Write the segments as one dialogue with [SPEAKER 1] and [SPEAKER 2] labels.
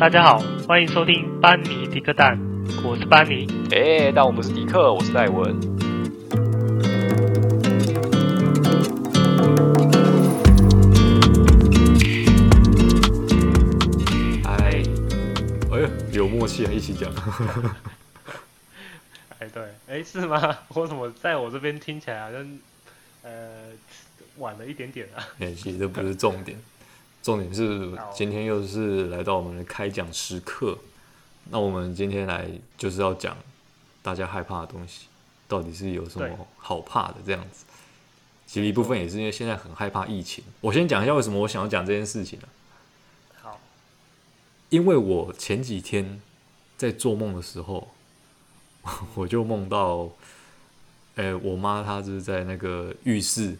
[SPEAKER 1] 大家好，欢迎收听班尼迪克蛋，我是班尼。
[SPEAKER 2] 哎，但我不是迪克，我是戴文。哎，哎呦，有默契啊，一起讲。
[SPEAKER 1] 哎，对，哎，是吗？ 我怎么在我这边听起来好像呃晚了一点点啊？
[SPEAKER 2] 哎，其实这不是重点，重点是
[SPEAKER 1] 好
[SPEAKER 2] 今天又是来到我们的开讲时刻。那我们今天来就是要讲大家害怕的东西，到底是有什么
[SPEAKER 1] 对
[SPEAKER 2] 好怕的这样子。其实一部分也是因为现在很害怕疫情。我先讲一下为什么我想要讲这件事情啊，
[SPEAKER 1] 好，
[SPEAKER 2] 因为我前几天在做梦的时候， 我就梦到，哎、我妈她就是在那个浴室，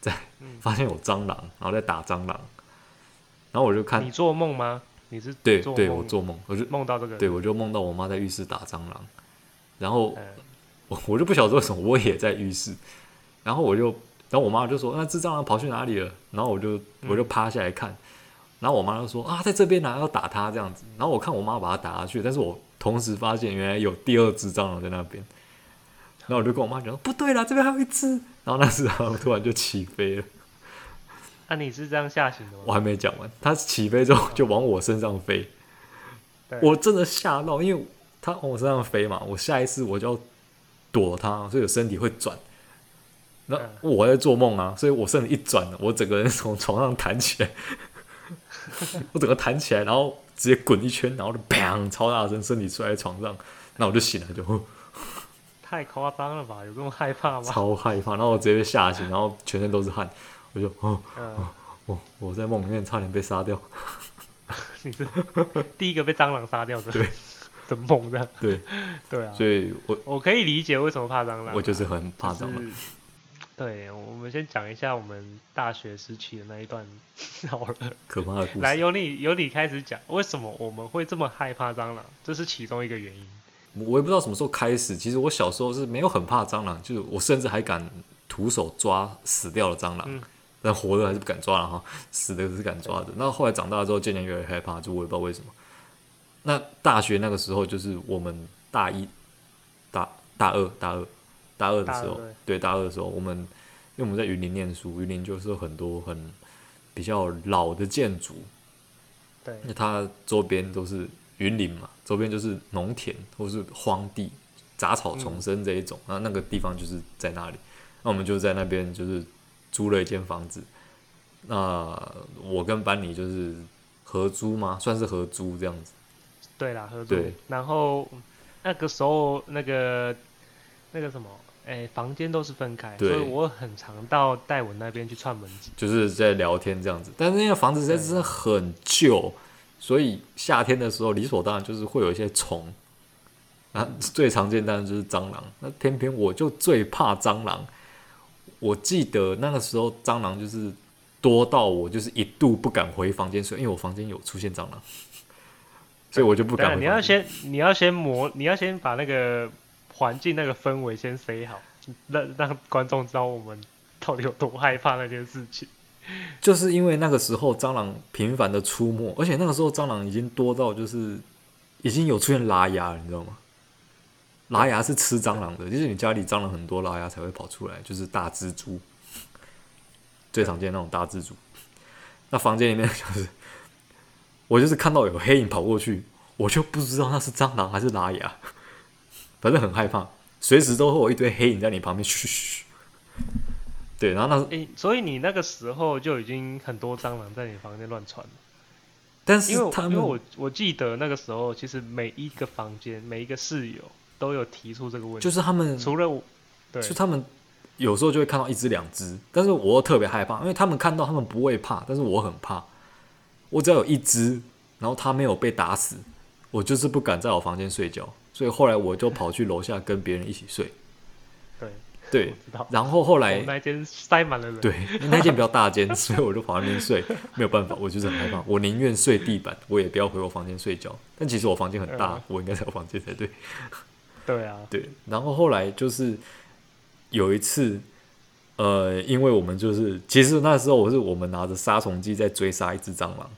[SPEAKER 2] 在
[SPEAKER 1] 嗯
[SPEAKER 2] 发现有蟑螂，然后在打蟑螂，然后我就看
[SPEAKER 1] 你，做梦吗？你是
[SPEAKER 2] 对
[SPEAKER 1] 做
[SPEAKER 2] 对，
[SPEAKER 1] 梦
[SPEAKER 2] 我做梦，我就
[SPEAKER 1] 梦到这个
[SPEAKER 2] 对我就梦到我妈在浴室打蟑螂，然后
[SPEAKER 1] 嗯
[SPEAKER 2] 我 我就不晓得为什么我也在浴室，然后我就，然后我妈就说啊那只蟑螂跑去哪里了？然后我就我就趴下来看，然后我妈就说啊在这边呢、要打它这样子。然后我看我妈把它打下去，但是我同时发现原来有第二只蟑螂在那边，然后我就跟我妈讲说不对啦，这边还有一只。然后那只蟑螂突然就起飞了，
[SPEAKER 1] 那、你是这样吓醒的吗？
[SPEAKER 2] 我还没讲完，它起飞之后就往我身上飞，
[SPEAKER 1] 对
[SPEAKER 2] 我真的吓到，因为它往我身上飞嘛，我下一次我就要躲它，所以我身体会转。那
[SPEAKER 1] 嗯
[SPEAKER 2] 我还在做梦啊，所以我身体一转，我整个人从床上弹起来， 我整个弹起来，然后直接滚一圈，然后就砰，超大声，身体摔在床上，那我就醒了，就哦
[SPEAKER 1] 太夸张了吧？有这么害怕吗？
[SPEAKER 2] 超害怕，然后我直接被吓醒，然后全身都是汗，我就哦，
[SPEAKER 1] 嗯，
[SPEAKER 2] 我我在梦里面差点被杀掉，
[SPEAKER 1] 你是 第一个被蟑螂杀掉的，
[SPEAKER 2] 对，
[SPEAKER 1] 的梦的，
[SPEAKER 2] 对，
[SPEAKER 1] 对啊。
[SPEAKER 2] 所以我
[SPEAKER 1] 我可以理解为什么怕蟑螂啊，
[SPEAKER 2] 我就是很怕蟑
[SPEAKER 1] 就
[SPEAKER 2] 螂，
[SPEAKER 1] 是对，我们先讲一下我们大学时期的那一段 好了。
[SPEAKER 2] 可怕的故
[SPEAKER 1] 来，
[SPEAKER 2] 事。
[SPEAKER 1] 由你由你开始讲，为什么我们会这么害怕蟑螂？这是其中一个原因。
[SPEAKER 2] 我也不知道什么时候开始，其实我小时候是没有很怕蟑螂，就是我甚至还敢徒手抓死掉的蟑螂，
[SPEAKER 1] 嗯
[SPEAKER 2] 但活的还是不敢抓了哈，死的是敢抓的。那后来长大之后，渐渐越来越害怕，就我也不知道为什么。那大学那个时候，就是我们大一、大大二、大二、大二的时候，
[SPEAKER 1] 大二
[SPEAKER 2] 对大二的时候，我们因为我们在云林念书，云林就是有很多很比较老的建筑，
[SPEAKER 1] 对，
[SPEAKER 2] 那它周边都是云林嘛，周边就是农田或是荒地、杂草丛生这一种，那、那个地方就是在那里，那我们就在那边就是租了一间房子，那我跟班尼就是合租嘛，算是合租这样子，
[SPEAKER 1] 对啦，合作
[SPEAKER 2] 对。
[SPEAKER 1] 然后那个时候那个那个什么，哎，房间都是分开，所
[SPEAKER 2] 对
[SPEAKER 1] 以我很常到戴文那边去串门子。
[SPEAKER 2] 就是在聊天这样子。但是那个房子实在是很旧，所以夏天的时候理所当然就是会有一些虫。啊，最常见当然就是蟑螂。那偏偏我就最怕蟑螂。我记得那个时候蟑螂就是多到我就是一度不敢回房间睡，因为我房间有出现蟑螂，所以我就不
[SPEAKER 1] 当然，
[SPEAKER 2] 敢回
[SPEAKER 1] 啊你
[SPEAKER 2] 房
[SPEAKER 1] 要
[SPEAKER 2] 间
[SPEAKER 1] 先你要先磨，你要先把那个环境那个氛围先塞好，让让观众知道我们到底有多害怕那件事情。
[SPEAKER 2] 就是因为那个时候蟑螂频繁的出没，而且那个时候蟑螂已经多到就是已经有出现拉牙了，你知道吗？拉牙是吃蟑螂的，就是你家里蟑螂很多，拉牙才会跑出来，就是大蜘蛛，最常见那种大蜘蛛。那房间里面就是我就是看到有黑影跑过去，我就不知道那是蟑螂还是拉牙，反正很害怕，随时都会有一堆黑影在你旁边，嘘嘘嘘。对，然后那是
[SPEAKER 1] 诶、所以你那个时候就已经很多蟑螂在你房间乱窜了，
[SPEAKER 2] 但是
[SPEAKER 1] 因为我
[SPEAKER 2] 他
[SPEAKER 1] 因
[SPEAKER 2] 们
[SPEAKER 1] 为我我记得那个时候其实每一个房间每一个室友都有提出这个问题，
[SPEAKER 2] 就是他们
[SPEAKER 1] 除了我，对
[SPEAKER 2] 就他们有时候就会看到一只两只，但是我又特别害怕，因为他们看到他们不会怕，但是我很怕。我只要有一只，然后它没有被打死，我就是不敢在我房间睡觉，所以后来我就跑去楼下跟别人一起睡。
[SPEAKER 1] 对，
[SPEAKER 2] 对，
[SPEAKER 1] 知道。
[SPEAKER 2] 然后后
[SPEAKER 1] 我
[SPEAKER 2] 来
[SPEAKER 1] 们那间塞满了人，
[SPEAKER 2] 对那间比较大间，所以我就跑那边睡，没有办法，我就是很害怕，我宁愿睡地板，我也不要回我房间睡觉。但其实我房间很大
[SPEAKER 1] 嗯，
[SPEAKER 2] 我应该在我房间才对。
[SPEAKER 1] 对啊，
[SPEAKER 2] 对，然后后来就是有一次，呃，因为我们就是其实那时候我是我们拿着杀虫剂在追杀一只蟑螂，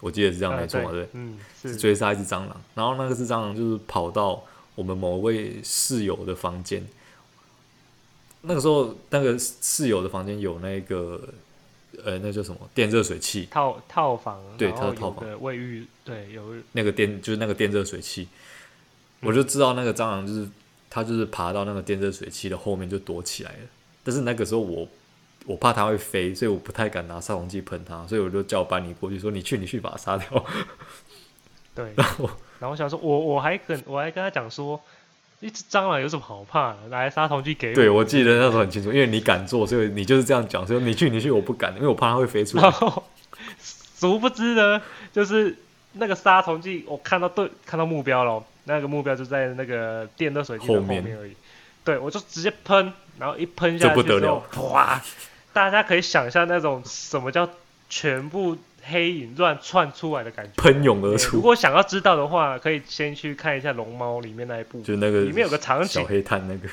[SPEAKER 2] 我记得是这样没错嘛，
[SPEAKER 1] 啊
[SPEAKER 2] 对不对，
[SPEAKER 1] 嗯，
[SPEAKER 2] 是
[SPEAKER 1] 是
[SPEAKER 2] 追杀一只蟑螂，然后那个只蟑螂就是跑到我们某位室友的房间。那个时候，那个室友的房间有那个，呃，那叫什么电热水器，
[SPEAKER 1] 套套房，
[SPEAKER 2] 对
[SPEAKER 1] 然
[SPEAKER 2] 它
[SPEAKER 1] 后
[SPEAKER 2] 是套
[SPEAKER 1] 有
[SPEAKER 2] 房
[SPEAKER 1] 个卫浴，对，有
[SPEAKER 2] 那个电就是那个电热水器，
[SPEAKER 1] 嗯
[SPEAKER 2] 我就知道那个蟑螂就是它就是爬到那个电热水器的后面就躲起来了。但是那个时候我我怕它会飞，所以我不太敢拿杀虫剂喷它，所以我就叫班尼过去说：“你去，你去把它杀掉。
[SPEAKER 1] 嗯对”，
[SPEAKER 2] 然后
[SPEAKER 1] 然后我想说，我我还跟我还跟他讲说，一只蟑螂有什么好怕的？来杀虫剂给我。
[SPEAKER 2] 对我记得那时候很清楚，因为你敢做，所以你就是这样讲，所以你去，你去，我不敢，因为我怕它会飞出
[SPEAKER 1] 然
[SPEAKER 2] 来。
[SPEAKER 1] 后，哦殊不知呢，就是那个杀虫剂，我看到对看到目标了，那个目标就在那个电热水器的
[SPEAKER 2] 后
[SPEAKER 1] 后
[SPEAKER 2] 面
[SPEAKER 1] 面而已。对，我就直接喷，然后一喷下
[SPEAKER 2] 这
[SPEAKER 1] 去
[SPEAKER 2] 不得
[SPEAKER 1] 之后
[SPEAKER 2] 了，
[SPEAKER 1] 哗！大家可以想象那种什么叫全部黑影乱窜出来的感觉。
[SPEAKER 2] 喷涌而
[SPEAKER 1] 如
[SPEAKER 2] 出，
[SPEAKER 1] 果想要知道的话，可以先去看一下《龙猫》里面那一部，
[SPEAKER 2] 就那个
[SPEAKER 1] 里面有个场景
[SPEAKER 2] 小，黑炭那个，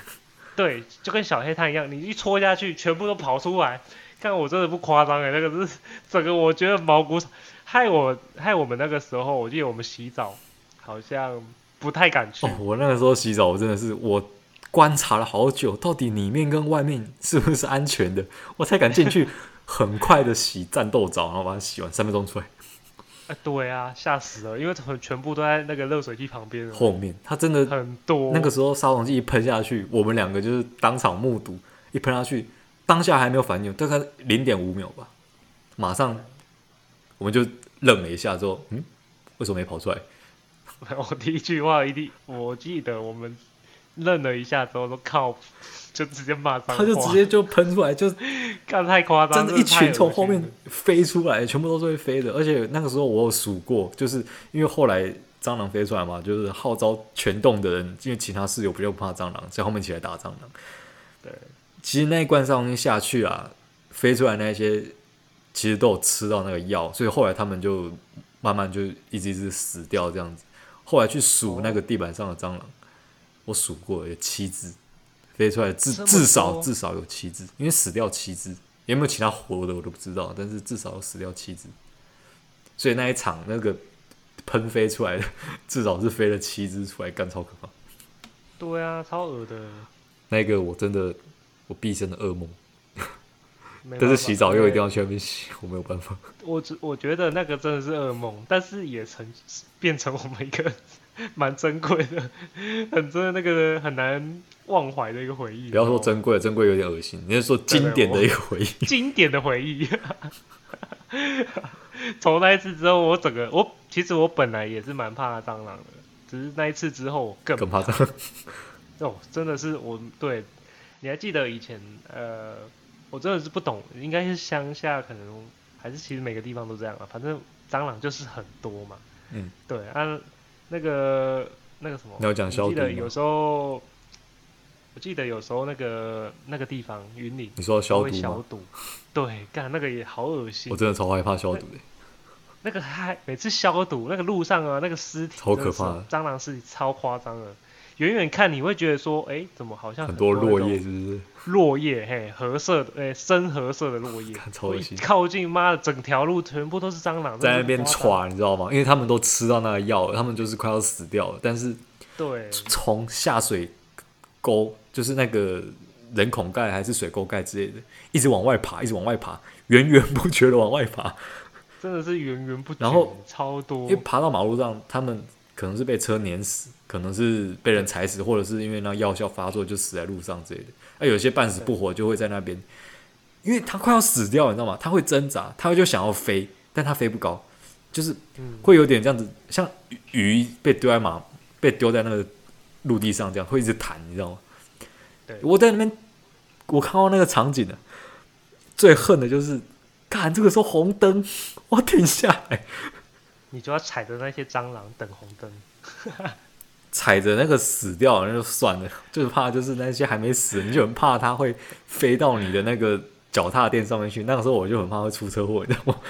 [SPEAKER 1] 对，就跟小黑炭一样，你一戳下去，全部都跑出来。看我真的不夸张哎，那个是 整个我觉得毛骨悚，害我害我们那个时候，我记得我们洗澡好像不太敢去，
[SPEAKER 2] 哦，我那个时候洗澡，我真的是我观察了好久，到底里面跟外面是不是安全的， 我才敢进去，很快的洗战斗澡，然后把它洗完，三分钟出来。
[SPEAKER 1] 啊对啊，吓死了，因为全全部都在那个热水器旁边了，
[SPEAKER 2] 后面它真的
[SPEAKER 1] 很多
[SPEAKER 2] 那个时候杀虫剂一喷下去，我们两个就是当场目睹，一喷下去，当下还没有反应，大概零点五秒吧，马上我们就愣了一下，之后，嗯，为什么没跑出来？
[SPEAKER 1] 我第一句话一定，我记得我们愣了一下之后说靠，就直接骂脏
[SPEAKER 2] 他
[SPEAKER 1] 话，
[SPEAKER 2] 就直接就喷出来，就
[SPEAKER 1] 干太夸张，
[SPEAKER 2] 真的，一
[SPEAKER 1] 太
[SPEAKER 2] 群从
[SPEAKER 1] 恶
[SPEAKER 2] 后
[SPEAKER 1] 心
[SPEAKER 2] 面
[SPEAKER 1] 了
[SPEAKER 2] 飞出来，全部都是会飞的。而且那个时候我有数过，就是因为后来蟑螂飞出来嘛，就是号召全洞的人，因为其他室友比较不怕蟑螂，所以后面起来打蟑螂。
[SPEAKER 1] 对，
[SPEAKER 2] 其实那一罐杀虫剂下去啊，飞出来那些其实都有吃到那个药，所以后来他们就慢慢就一只一只死掉这样子。后来去数那个地板上的蟑螂，我数过有七只飞出来，至
[SPEAKER 1] 这么
[SPEAKER 2] 至少
[SPEAKER 1] 多
[SPEAKER 2] 至少有七只，因为死掉七只，有没有其他活的我都不知道，但是至少有死掉七只。所以那一场那个喷飞出来的，至少是飞了七只出来，干超可怕。
[SPEAKER 1] 对啊，超恶的，
[SPEAKER 2] 那个我真的我毕生的噩梦。
[SPEAKER 1] 没
[SPEAKER 2] 但
[SPEAKER 1] 办
[SPEAKER 2] 是
[SPEAKER 1] 法
[SPEAKER 2] 洗澡又一
[SPEAKER 1] 对
[SPEAKER 2] 定要去那边洗，我没有办法。
[SPEAKER 1] 我只我觉得那个真的是噩梦，但是也成变成我们一个 蛮珍贵的、很真的那个很难忘怀的一个回忆。哦
[SPEAKER 2] 不要说
[SPEAKER 1] 真
[SPEAKER 2] 珍贵，珍贵有点恶心，你是说经典的一个回忆？
[SPEAKER 1] 经典的回忆。从那一次之后，我整个我其实我本来也是蛮怕蟑螂的，只是那一次之后我更
[SPEAKER 2] 更怕脏。
[SPEAKER 1] 哦，真的是我对，你还记得以前呃，我真的是不懂，应该是乡下可能还是其实每个地方都这样啊，反正蟑螂就是很多嘛。
[SPEAKER 2] 嗯，
[SPEAKER 1] 对啊，那个那个什么，
[SPEAKER 2] 你要讲消
[SPEAKER 1] 记
[SPEAKER 2] 毒
[SPEAKER 1] 得
[SPEAKER 2] 吗
[SPEAKER 1] 有时候，我记得有时候那个那个地方云林
[SPEAKER 2] 你说要
[SPEAKER 1] 它
[SPEAKER 2] 消
[SPEAKER 1] 会
[SPEAKER 2] 毒
[SPEAKER 1] 消
[SPEAKER 2] 吗？
[SPEAKER 1] 毒，对，干那个也好恶心
[SPEAKER 2] 我，真的超害怕消毒的，
[SPEAKER 1] 那个还每次消毒，那个路上啊，那个尸体
[SPEAKER 2] 超可
[SPEAKER 1] 真的是
[SPEAKER 2] 怕的
[SPEAKER 1] 蟑螂尸体超夸张的，远远看你会觉得说，哎、怎么好像
[SPEAKER 2] 很
[SPEAKER 1] 多
[SPEAKER 2] 多
[SPEAKER 1] 那
[SPEAKER 2] 落
[SPEAKER 1] 种
[SPEAKER 2] 叶是不是？
[SPEAKER 1] 落叶，嘿，褐色的，诶、哎深褐色的落叶
[SPEAKER 2] 看，超
[SPEAKER 1] 我
[SPEAKER 2] 恶
[SPEAKER 1] 一
[SPEAKER 2] 心
[SPEAKER 1] 靠近，妈的，整条路全部都是蟑螂，
[SPEAKER 2] 在
[SPEAKER 1] 真
[SPEAKER 2] 那
[SPEAKER 1] 的
[SPEAKER 2] 边
[SPEAKER 1] 是夸张，
[SPEAKER 2] 喘，你知道吗？因为他们都吃到那个药了，他们就是快要死掉了。但是
[SPEAKER 1] 对，
[SPEAKER 2] 从下水沟，就是那个人孔盖还是水沟盖之类的，一直往外爬，一直往外爬，源源不绝的往外爬。
[SPEAKER 1] 真的是源源不绝，
[SPEAKER 2] 然后
[SPEAKER 1] 超多
[SPEAKER 2] 因为，爬到马路上，他们可能是被车碾死，可能是被人踩死，或者是因为那药效发作就死在路上之类的。那、有些半死不活就会在那边，因为他快要死掉，你知道吗？他会挣扎，他就想要飞，但他飞不高，就是
[SPEAKER 1] 嗯
[SPEAKER 2] 会有点这样子，像鱼被丢在马被丢在那个陆地上这样，会一直弹，你知道吗
[SPEAKER 1] 对？
[SPEAKER 2] 我在那边，我看到那个场景了，最恨的就是，看这个时候红灯，我要停下来，
[SPEAKER 1] 你就要踩着那些蟑螂等红灯，
[SPEAKER 2] 踩着那个死掉，那就算了， 就是怕就是那些还没死，你就很怕它会飞到你的那个脚踏垫上面去。那个时候我就很怕会出车祸，你 知道吗？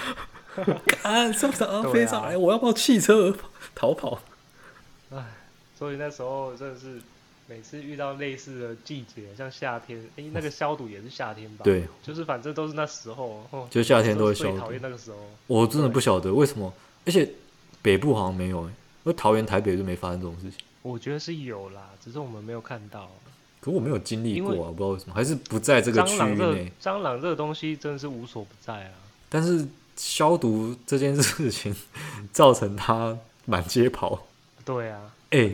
[SPEAKER 2] 啊，上不上
[SPEAKER 1] 对啊
[SPEAKER 2] 飞上来，我要不要汽车逃跑？
[SPEAKER 1] 所以那时候真的是每次遇到类似的季节，像夏天，诶、那个消毒也是夏天吧，，
[SPEAKER 2] 对，
[SPEAKER 1] 啊就是反正都是那时候，哦，
[SPEAKER 2] 就夏天都会消
[SPEAKER 1] 最
[SPEAKER 2] 毒
[SPEAKER 1] 讨。厌那个时候，
[SPEAKER 2] 我真的不晓得为什么而且北部好像没有哎、那桃园、台北就没发生这种事情。
[SPEAKER 1] 我觉得是有啦，只是我们没有看到。
[SPEAKER 2] 可我没有经历
[SPEAKER 1] 因
[SPEAKER 2] 过
[SPEAKER 1] 为
[SPEAKER 2] 啊，不知道为什么，还是不在这个
[SPEAKER 1] 蟑
[SPEAKER 2] 区
[SPEAKER 1] 螂
[SPEAKER 2] 域
[SPEAKER 1] 这个
[SPEAKER 2] 内。
[SPEAKER 1] 蟑螂这个东西真的是无所不在啊！
[SPEAKER 2] 但是消毒这件事情 造成他满街跑。
[SPEAKER 1] 对啊，
[SPEAKER 2] 哎、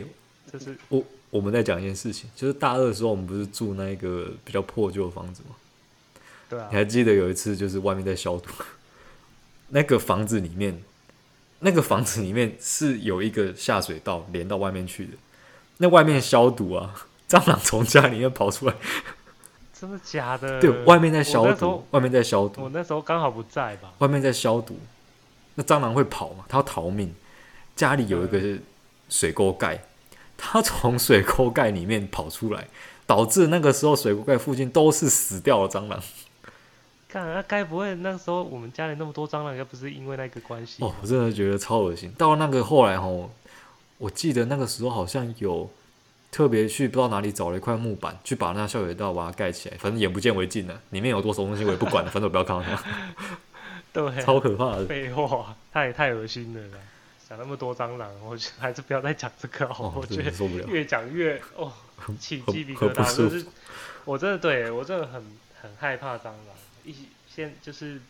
[SPEAKER 1] 这是
[SPEAKER 2] 我我们在讲一件事情，就是大二的时候，我们不是住那个比较破旧的房子吗？
[SPEAKER 1] 对啊
[SPEAKER 2] 你，还记得有一次，就是外面在消毒，那个房子里面，那个房子里面是有一个下水道连到外面去的，那外面消毒啊，蟑螂从家里面跑出来，
[SPEAKER 1] 真的假的？
[SPEAKER 2] 对，外面在消
[SPEAKER 1] 呃我那时
[SPEAKER 2] 毒
[SPEAKER 1] 候，
[SPEAKER 2] 外面在消毒
[SPEAKER 1] 我，那时候刚好不在吧？
[SPEAKER 2] 外面在消毒，那蟑螂会跑嘛？它要逃命。家里有一个水沟盖，它从水沟盖里面跑出来，导致那个时候水沟盖附近都是死掉的蟑螂。
[SPEAKER 1] 看，那啊该不会那时候我们家里那么多蟑螂，该不是因为那个关系？
[SPEAKER 2] 哦，我真的觉得超恶心。到那个后来吼，我记得那个时候好像有特别去不知道哪里找了一块木板，去把那下水道把它盖起来，反正眼不见为净了。里面有多少东西我也不管了，反正我不要看到它，
[SPEAKER 1] 对啊，
[SPEAKER 2] 超可怕的。
[SPEAKER 1] 废话，太太恶心了啦！讲那么多蟑螂，我觉得还是不要再讲这个好，
[SPEAKER 2] 哦，
[SPEAKER 1] 我觉
[SPEAKER 2] 真
[SPEAKER 1] 得
[SPEAKER 2] 的受不了。
[SPEAKER 1] 越讲越哦，起鸡皮
[SPEAKER 2] 很
[SPEAKER 1] 疙
[SPEAKER 2] 不
[SPEAKER 1] 瘩，我
[SPEAKER 2] 舒
[SPEAKER 1] 真是，我真的对我真的很很害怕蟑螂，啊一先就是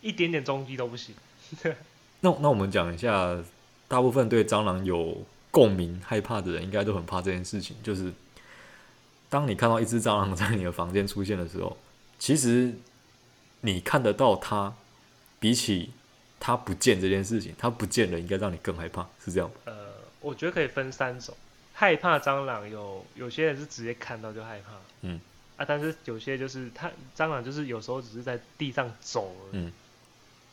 [SPEAKER 1] 一点点踪迹都不行。
[SPEAKER 2] 那那我们讲一下，大部分对蟑螂有共鸣、害怕的人，应该都很怕这件事情。就是当你看到一只蟑螂在你的房间出现的时候，其实你看得到它，比起它不见这件事情，它不见了应该让你更害怕，是这样吗？
[SPEAKER 1] 呃，我觉得可以分三种，害怕蟑螂有有些人是直接看到就害怕，
[SPEAKER 2] 嗯，
[SPEAKER 1] 啊，但是有些就是它蟑螂就是有时候只是在地上走而已，
[SPEAKER 2] 嗯，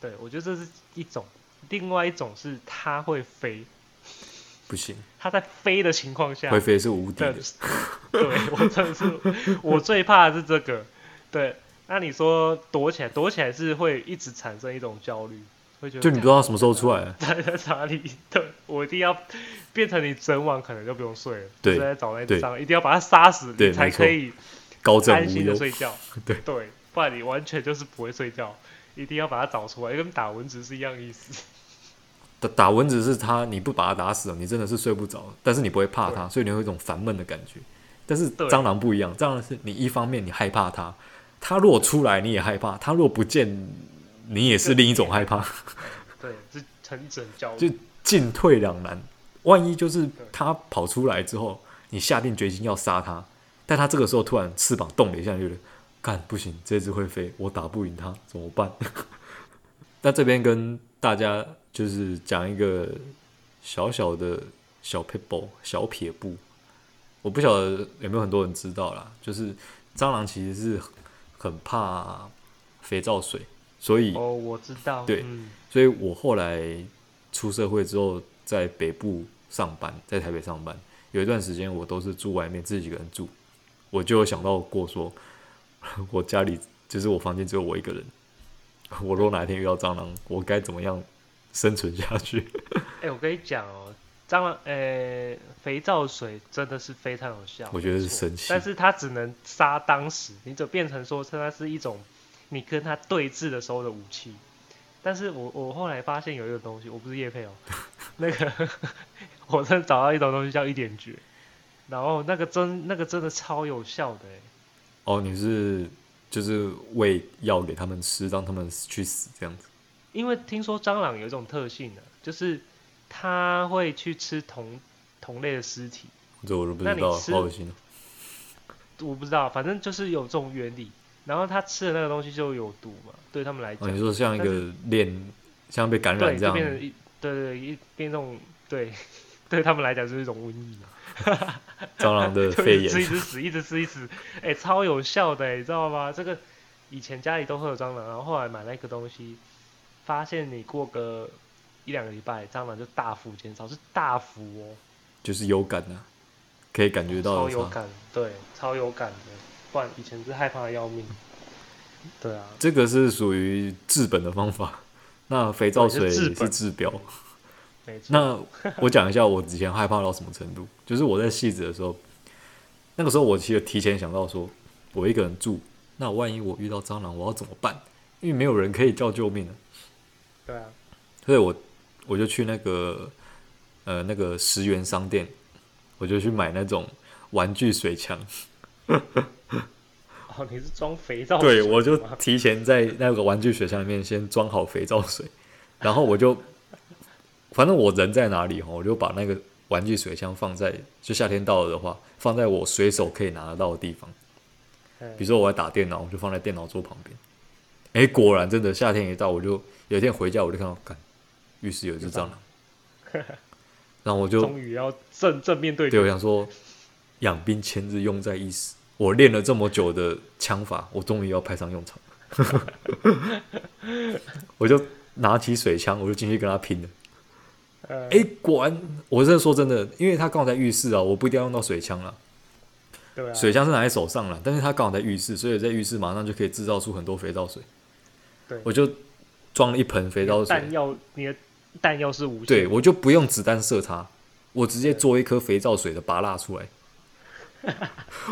[SPEAKER 1] 对我觉得这是一种，另外一种是它会飞，
[SPEAKER 2] 不行，
[SPEAKER 1] 它在飞的情况下
[SPEAKER 2] 灰飞是无敌
[SPEAKER 1] 对
[SPEAKER 2] 的，，
[SPEAKER 1] 对我真的是，我最怕的是这个。对，那你说躲起来，躲起来是会一直产生一种焦虑，会觉得
[SPEAKER 2] 就你不知道它什么时候出来啊。
[SPEAKER 1] 它 在哪里。对，我一定要变成你整晚可能就不用睡了，
[SPEAKER 2] 对
[SPEAKER 1] 就在找那
[SPEAKER 2] 对
[SPEAKER 1] 只蟑螂，一定要把它杀死，
[SPEAKER 2] 对
[SPEAKER 1] 你才
[SPEAKER 2] 没错
[SPEAKER 1] 可以
[SPEAKER 2] 高枕
[SPEAKER 1] 安
[SPEAKER 2] 无
[SPEAKER 1] 心的
[SPEAKER 2] 忧，
[SPEAKER 1] 睡觉。
[SPEAKER 2] 对
[SPEAKER 1] 对，不然你完全就是不会睡觉，一定要把它找出来，跟打蚊子是一样意思。
[SPEAKER 2] 打打蚊子是它，你不把它打死了，你真的是睡不着，但是你不会怕它，所以你会有一种烦闷的感觉。但是
[SPEAKER 1] 对
[SPEAKER 2] 蟑螂不一样，蟑螂是你一方面你害怕它，它如果出来你也害怕，它如果不见你也是另一种害怕，
[SPEAKER 1] 对，是很整焦
[SPEAKER 2] 就
[SPEAKER 1] 虑。
[SPEAKER 2] 进退两难。万一就是它跑出来之后，你下定决心要杀它，但它这个时候突然翅膀动了一下，就觉得干不行，这只会飞，我打不赢它，怎么办？ 那这边跟大家就是讲一个小小的小 p e b b l 小撇步，我不晓得有没有很多人知道啦，就是蟑螂其实是很很怕肥皂水，所以
[SPEAKER 1] 哦，我知道。
[SPEAKER 2] 对
[SPEAKER 1] 嗯
[SPEAKER 2] 所以我后来出社会之后，在北部上班，在台北上班，有一段时间我都是住外面自己一个人住，我就有想到过说， 我家里就是我房间只有我一个人，我若哪一天遇到蟑螂，我该怎么样生存下去？
[SPEAKER 1] 哎、我跟你讲哦，蟑螂，呃、肥皂水真的是非常有效，
[SPEAKER 2] 我觉得是
[SPEAKER 1] 没错
[SPEAKER 2] 神器
[SPEAKER 1] 但是它只能杀当时，你就变成说它是一种你跟它对峙的时候的武器。但是我我后来发现有一个东西，我不是叶 配哦，那个我真的找到一种东西叫一点绝，然后那个真那个真的超有效的哎，
[SPEAKER 2] 哦，你是就是喂药给他们吃，让他们去死这样子？
[SPEAKER 1] 因为听说蟑螂有一种特性呢、啊就是它会去吃同同类的尸体。
[SPEAKER 2] 这我都不
[SPEAKER 1] 那
[SPEAKER 2] 知
[SPEAKER 1] 你
[SPEAKER 2] 道，
[SPEAKER 1] 吃
[SPEAKER 2] 好恶心哦！
[SPEAKER 1] 我不知道，反正就是有这种原理。然后他吃的那个东西就有毒嘛，对他们来讲，
[SPEAKER 2] 哦，你说像一
[SPEAKER 1] 但
[SPEAKER 2] 个链，像被感染
[SPEAKER 1] 对，
[SPEAKER 2] 这
[SPEAKER 1] 就
[SPEAKER 2] 样
[SPEAKER 1] 变，成一，对对对一变那种，对， 对他们来讲就是一种瘟疫嘛，
[SPEAKER 2] 蟑螂
[SPEAKER 1] 就
[SPEAKER 2] 的 肺
[SPEAKER 1] 一直吃一
[SPEAKER 2] 炎，
[SPEAKER 1] 直死，一直吃一直死，哎、超有效的、哎你知道吗？这个以前家里都会有蟑螂，然后后来买那个东西，发现你过个一两个礼拜，蟑螂就大幅减少，是大幅哦，
[SPEAKER 2] 就是有感啊，可以感觉
[SPEAKER 1] 超
[SPEAKER 2] 到有
[SPEAKER 1] 有
[SPEAKER 2] 差
[SPEAKER 1] 感，对，超有感的，不然以前是害怕的要命，对啊，
[SPEAKER 2] 这个是属于治本的方法。 那肥皂水
[SPEAKER 1] 对是治
[SPEAKER 2] 也
[SPEAKER 1] 本
[SPEAKER 2] 是治标。
[SPEAKER 1] 没错，
[SPEAKER 2] 那我讲一下我之前害怕到什么程度，就是我在戏子的时候，那个时候我其实提前想到说，我一个人住，那万一我遇到蟑螂，我要怎么办？因为没有人可以叫救命啊。
[SPEAKER 1] 对啊。
[SPEAKER 2] 所以我我就去那个呃那个十元商店，我就去买那种玩具水枪。
[SPEAKER 1] 哦，你是装肥皂
[SPEAKER 2] 对，
[SPEAKER 1] 水
[SPEAKER 2] 我就
[SPEAKER 1] 吗
[SPEAKER 2] 提前在那个玩具水箱里面先装好肥皂水，然后我就，反正我人在哪里哈，我就把那个玩具水箱放在，就夏天到了的话，放在我随手可以拿得到的地方。
[SPEAKER 1] 嗯
[SPEAKER 2] 比如说我在打电脑，我就放在电脑桌旁边。哎，果然真的夏天一到，我就有一天回家我就看到，干，浴室有一只蟑螂，然后我就
[SPEAKER 1] 终于要正正面 对
[SPEAKER 2] 对，我
[SPEAKER 1] 决，
[SPEAKER 2] 想说，养兵千日，用在一时。我练了这么久的枪法，我终于要派上用场。 我就拿起水枪，我就进去跟他拼了。
[SPEAKER 1] 呃，
[SPEAKER 2] 哎、果然，我真的说真的，因为他刚好在浴室啊，我不一定要用到水枪了。
[SPEAKER 1] 对啊，
[SPEAKER 2] 水枪是拿在手上了，但是他刚好在浴室，所以在浴室马上就可以制造出很多肥皂水。
[SPEAKER 1] 对
[SPEAKER 2] 我就装了一盆肥皂水，
[SPEAKER 1] 弹药，你的弹药是无
[SPEAKER 2] 对
[SPEAKER 1] 限，
[SPEAKER 2] 我就不用子弹射它，我直接做一颗肥皂水的拔蜡出来，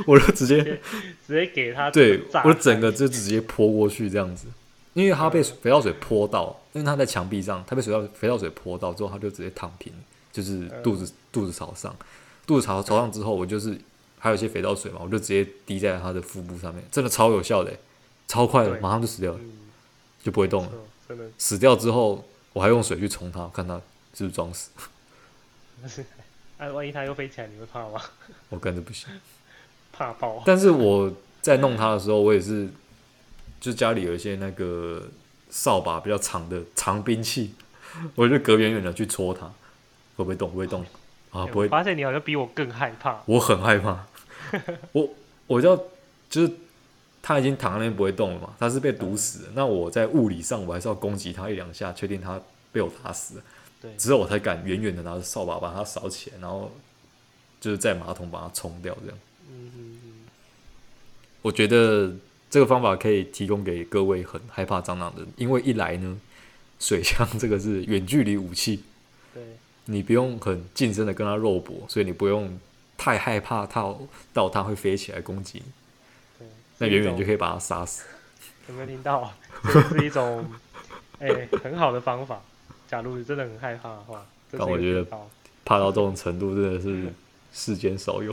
[SPEAKER 2] 我就直接
[SPEAKER 1] 直接给他
[SPEAKER 2] 对
[SPEAKER 1] 炸，
[SPEAKER 2] 我整个就直接泼过去这样子，因为他被
[SPEAKER 1] 嗯
[SPEAKER 2] 肥皂水泼到，因为他在墙壁上，他被水皂肥皂水泼到之后，他就直接躺平，就是
[SPEAKER 1] 嗯
[SPEAKER 2] 肚子、肚子朝上，肚子朝朝上之后，我就是还有一些肥皂水嘛，我就直接滴在他的腹部上面，真的超有效的欸，超快的，
[SPEAKER 1] 对
[SPEAKER 2] 马上就死掉了，
[SPEAKER 1] 嗯，
[SPEAKER 2] 就不会动了。
[SPEAKER 1] 嗯真的
[SPEAKER 2] 死掉之后，我还用水去冲它，看它是不是装死，
[SPEAKER 1] 啊，万一它又飞起来，你会怕吗？
[SPEAKER 2] 我跟着不行。
[SPEAKER 1] 怕 爆。
[SPEAKER 2] 但是我在弄它的时候，我也是，就家里有一些那个扫把比较长的长兵器，我就隔远远的去戳它，会不会动？会不会动？啊，
[SPEAKER 1] 欸
[SPEAKER 2] 不会
[SPEAKER 1] 我，发现你好像比我更害怕。
[SPEAKER 2] 我很害怕，我我要就是它已经躺在那边不会动了嘛，它是被毒死的。那我在物理上我还是要攻击它一两下，确定它被我打死了
[SPEAKER 1] 对，
[SPEAKER 2] 之后我才敢远远的拿着扫把把它扫起来，然后就是在马桶把它冲掉这样。
[SPEAKER 1] 嗯嗯嗯，
[SPEAKER 2] 我觉得这个方法可以提供给各位很害怕蟑螂的人，因为一来呢，水枪这个是远距离武器，
[SPEAKER 1] 对，
[SPEAKER 2] 你不用很近身的跟它肉搏，所以你不用太害怕它到它会飞起来攻击你，
[SPEAKER 1] 对，
[SPEAKER 2] 那
[SPEAKER 1] 是一
[SPEAKER 2] 远远
[SPEAKER 1] 种
[SPEAKER 2] 就可以把它杀死。
[SPEAKER 1] 有没有听到？ 这是一种哎、很好的方法。假如你真的很害怕的话，这是
[SPEAKER 2] 但
[SPEAKER 1] 一
[SPEAKER 2] 我
[SPEAKER 1] 个
[SPEAKER 2] 觉得
[SPEAKER 1] 技巧
[SPEAKER 2] 怕到这种程度，真的
[SPEAKER 1] 嗯
[SPEAKER 2] 是世间少有。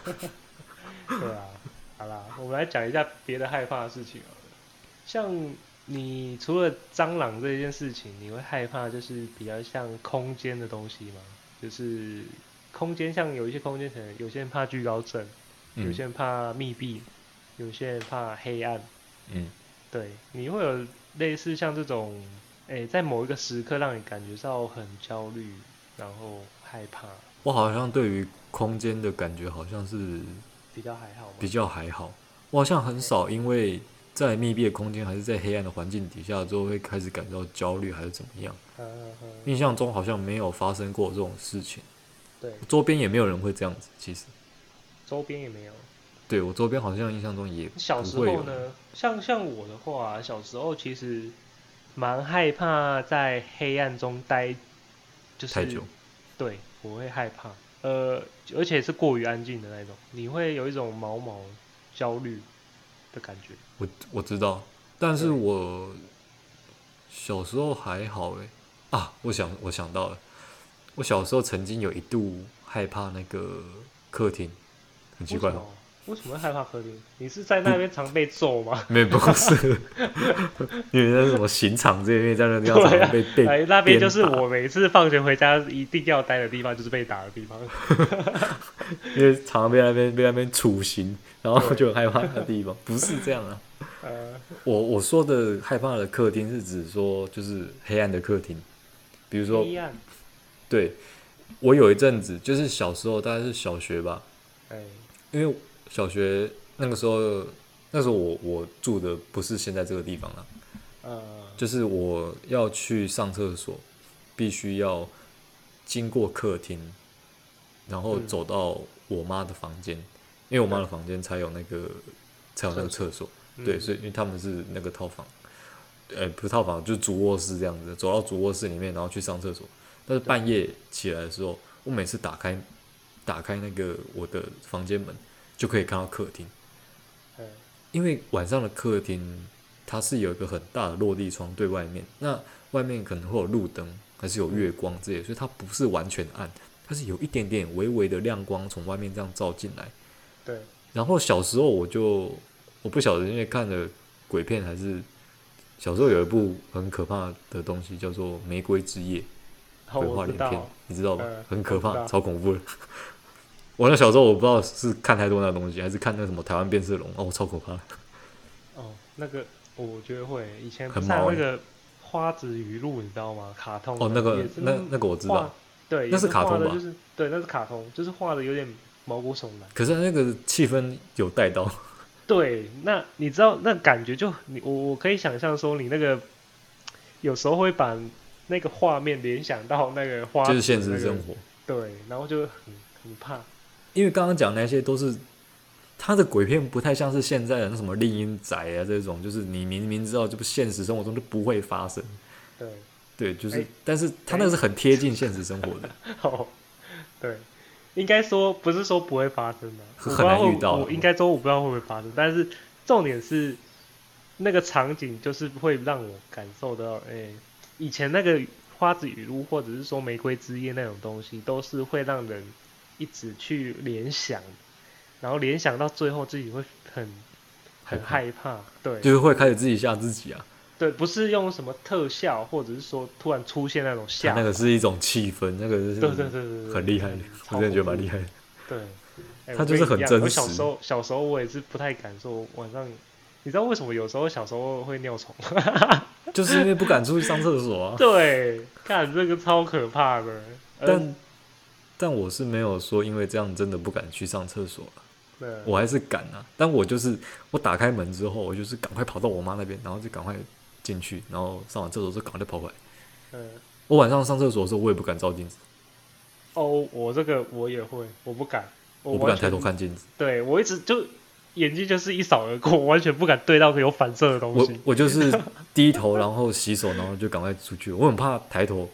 [SPEAKER 1] 对啊，好啦，我们来讲一下别的害怕的事情好了。像你除了蟑螂这件事情，你会害怕就是比较像空间的东西吗？就是空间，像有一些空间可能有些人怕惧高症，有
[SPEAKER 2] 嗯
[SPEAKER 1] 些人怕密闭，有些人怕黑暗。
[SPEAKER 2] 嗯，
[SPEAKER 1] 对，你会有类似像这种，诶、在某一个时刻让你感觉到很焦虑，然后害怕，
[SPEAKER 2] 我好像对于空间的感觉好像是
[SPEAKER 1] 比较还好吗？
[SPEAKER 2] 比较还好，我好像很少因为在密闭的空间还是在黑暗的环境底下之后会开始感到焦虑还是怎么样。
[SPEAKER 1] 嗯嗯嗯，
[SPEAKER 2] 印象中好像没有发生过这种事情，
[SPEAKER 1] 对，
[SPEAKER 2] 周边也没有人会这样子。其实，
[SPEAKER 1] 周边也没有。
[SPEAKER 2] 对我周边好像印象中也
[SPEAKER 1] 小时
[SPEAKER 2] 不会
[SPEAKER 1] 候
[SPEAKER 2] 有
[SPEAKER 1] 呢，像像我的话、啊小时候其实蛮害怕在黑暗中待，就是
[SPEAKER 2] 太久。
[SPEAKER 1] 对，我会害怕，呃，而且是过于安静的那种，你会有一种毛毛焦虑的感觉。
[SPEAKER 2] 我我知道，但是
[SPEAKER 1] 对
[SPEAKER 2] 我小时候还好诶啊，我想我想到了，我小时候曾经有一度害怕那个客厅，很奇怪
[SPEAKER 1] 为什
[SPEAKER 2] 哦，
[SPEAKER 1] 么？为什么会害怕客厅？你是在那边常被揍吗？
[SPEAKER 2] 没有不是，因为那是什么刑场这些，因为在那个地方常常被被
[SPEAKER 1] 哎，那边
[SPEAKER 2] 鞭
[SPEAKER 1] 就是
[SPEAKER 2] 打
[SPEAKER 1] 我每次放学回家一定要待的地方，就是被打的地方。
[SPEAKER 2] 因为常常被那边被那边处刑，然后
[SPEAKER 1] 对
[SPEAKER 2] 就很害怕那 地方，不是这样啊。
[SPEAKER 1] 呃，
[SPEAKER 2] 我我说的害怕的客厅是指说就是黑暗的客厅，比如说
[SPEAKER 1] 黑暗，
[SPEAKER 2] 对我有一阵子就是小时候大概是小学吧，
[SPEAKER 1] 哎，
[SPEAKER 2] 因为小学那个时候那时候我我住的不是现在这个地方了，
[SPEAKER 1] 呃，
[SPEAKER 2] 就是我要去上厕所，必须要经过客厅，然后
[SPEAKER 1] 嗯
[SPEAKER 2] 走到我妈的房间，因为我妈的房间才有那个才有那个厕所。对，
[SPEAKER 1] 嗯
[SPEAKER 2] 所以因为他们是那个套房，呃，不是套房，就是主卧室这样子，走到主卧室里面，然后去上厕所。但是半夜起来的时候，我每次打开打开那个我的房间门，就可以看到客厅，
[SPEAKER 1] 哎
[SPEAKER 2] 因为晚上的客厅它是有一个很大的落地窗对外面，那外面可能会有路灯，还是有月光之类的，所以它不是完全暗，它是有一点点微微的亮光从外面这样照进来。
[SPEAKER 1] 对，
[SPEAKER 2] 然后小时候我就我不晓得，因为看的鬼片还是小时候有一部很可怕的东西叫做《玫瑰之夜》
[SPEAKER 1] 好，
[SPEAKER 2] 鬼
[SPEAKER 1] 哦
[SPEAKER 2] 话
[SPEAKER 1] 我知
[SPEAKER 2] 连
[SPEAKER 1] 道
[SPEAKER 2] 篇，，你知道吧？
[SPEAKER 1] 嗯
[SPEAKER 2] 很可
[SPEAKER 1] 我知
[SPEAKER 2] 怕，
[SPEAKER 1] 道
[SPEAKER 2] 超恐怖的。 我那小时候我不知道是看太多那东西，还是看那什么台湾变色龙哦，超可怕的。
[SPEAKER 1] 哦，那个我觉得会，以前不
[SPEAKER 2] 很
[SPEAKER 1] 是还有
[SPEAKER 2] 毛
[SPEAKER 1] 那
[SPEAKER 2] 欸
[SPEAKER 1] 个花子语录，你知道吗？卡通
[SPEAKER 2] 哦，
[SPEAKER 1] 的
[SPEAKER 2] 那个
[SPEAKER 1] 也是
[SPEAKER 2] 那
[SPEAKER 1] 画
[SPEAKER 2] 那个我知道，
[SPEAKER 1] 对，
[SPEAKER 2] 那
[SPEAKER 1] 也
[SPEAKER 2] 是卡
[SPEAKER 1] 画
[SPEAKER 2] 通
[SPEAKER 1] 的
[SPEAKER 2] 吧
[SPEAKER 1] 就是对，那是卡通，就是画的有点毛骨悚然。
[SPEAKER 2] 可是那个气氛有带到，
[SPEAKER 1] 对，那你知道那感觉就你我我可以想象说你那个有时候会把那个画面联想到那个花、
[SPEAKER 2] 就是现实生
[SPEAKER 1] 活，
[SPEAKER 2] 活。
[SPEAKER 1] 对，然后就很很怕。
[SPEAKER 2] 因为刚刚讲那些都是他的鬼片，不太像是现在的那什么《丽英宅》啊这种，就是你明明知道就不现实生活中就不会发生，
[SPEAKER 1] 对，
[SPEAKER 2] 对，就是，
[SPEAKER 1] 哎
[SPEAKER 2] 但是他那个是很贴近现实生活的，
[SPEAKER 1] 哦， 对，应该说不是说不会发生的，我不
[SPEAKER 2] 很
[SPEAKER 1] 知道
[SPEAKER 2] 难
[SPEAKER 1] 会
[SPEAKER 2] 遇到
[SPEAKER 1] 我应该说我不知道会不会发生，但是重点是那个场景就是会让我感受到，哎、以前那个花子语录或者是说玫瑰之夜那种东西，都是会让人一直去联想，然后联想到最后自己会很很
[SPEAKER 2] 害
[SPEAKER 1] 害怕，对
[SPEAKER 2] 就是会开始自己吓自己啊。
[SPEAKER 1] 对，不是用什么特效或者是说突然出现那种
[SPEAKER 2] 他
[SPEAKER 1] 吓
[SPEAKER 2] 那，个是一种气氛，那个
[SPEAKER 1] 对对对
[SPEAKER 2] 是
[SPEAKER 1] 对对，对
[SPEAKER 2] 很厉害的，我
[SPEAKER 1] 超
[SPEAKER 2] 真的觉
[SPEAKER 1] 恐
[SPEAKER 2] 得
[SPEAKER 1] 怖
[SPEAKER 2] 蛮厉害的。
[SPEAKER 1] 对， 哎我
[SPEAKER 2] 它就
[SPEAKER 1] 跟
[SPEAKER 2] 是
[SPEAKER 1] 你
[SPEAKER 2] 很
[SPEAKER 1] 一样
[SPEAKER 2] 真
[SPEAKER 1] 我小
[SPEAKER 2] 实
[SPEAKER 1] 时候，小时候我也是不太敢说晚上，你知道为什么有时候小时候会尿 床？
[SPEAKER 2] 就是因为不敢出去上厕所啊。
[SPEAKER 1] 对，看这个超可怕的。呃
[SPEAKER 2] 但但我是没有说因为这样真的不敢去上厕所啊了，
[SPEAKER 1] 对
[SPEAKER 2] 我还是敢啊。但我就是我打开门之后，我就是赶快跑到我妈那边，然后就赶快进去，然后上完厕所之后赶快就跑回来。
[SPEAKER 1] 嗯
[SPEAKER 2] 我晚上上厕所的时候，我也不敢照镜子，
[SPEAKER 1] 哦，我这个我也会，我不敢，
[SPEAKER 2] 我
[SPEAKER 1] 完
[SPEAKER 2] 不敢抬
[SPEAKER 1] 全
[SPEAKER 2] 头。看镜子，
[SPEAKER 1] 对我一直就眼睛就是一扫而过，我完全不敢对到有反射的东
[SPEAKER 2] 我
[SPEAKER 1] 西。
[SPEAKER 2] 我就是低头，然后洗手，然后就赶快出去。我很怕抬头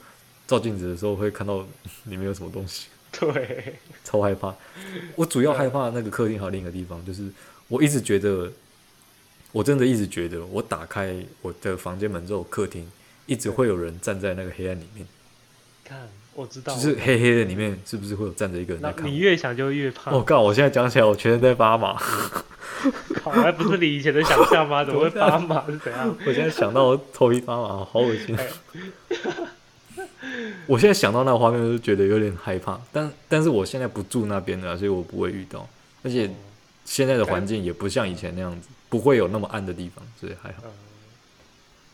[SPEAKER 2] 照镜子的时候会看到 里面有什么东西。
[SPEAKER 1] 对，
[SPEAKER 2] 超害怕。我主要害怕那个客厅还有另一个地方，就是我一直觉得，我真的一直觉得，我打开我的房间门之后，客厅一直会有人站在那个黑暗里面，
[SPEAKER 1] 看我知道
[SPEAKER 2] 就
[SPEAKER 1] 了。
[SPEAKER 2] 是黑黑的里面，是不是会有站着一个人
[SPEAKER 1] 那
[SPEAKER 2] 在看哦
[SPEAKER 1] 你啊
[SPEAKER 2] 我？
[SPEAKER 1] 越想就越怕
[SPEAKER 2] 我，靠！我现在讲起来，我全身在 发麻。
[SPEAKER 1] 靠，还不是你以前的想象 吗？怎么会
[SPEAKER 2] 啊
[SPEAKER 1] 发麻是怎样？
[SPEAKER 2] 我现在想到头皮发麻，好恶
[SPEAKER 1] 哎
[SPEAKER 2] 心。 我现在想到那个画面，就觉得有点害怕。但但是我现在不住那边了，所以我不会遇到。而且
[SPEAKER 1] 哦
[SPEAKER 2] 现在的环境也不像以前那样子，不会有那么暗的地方，所以还好，
[SPEAKER 1] 嗯，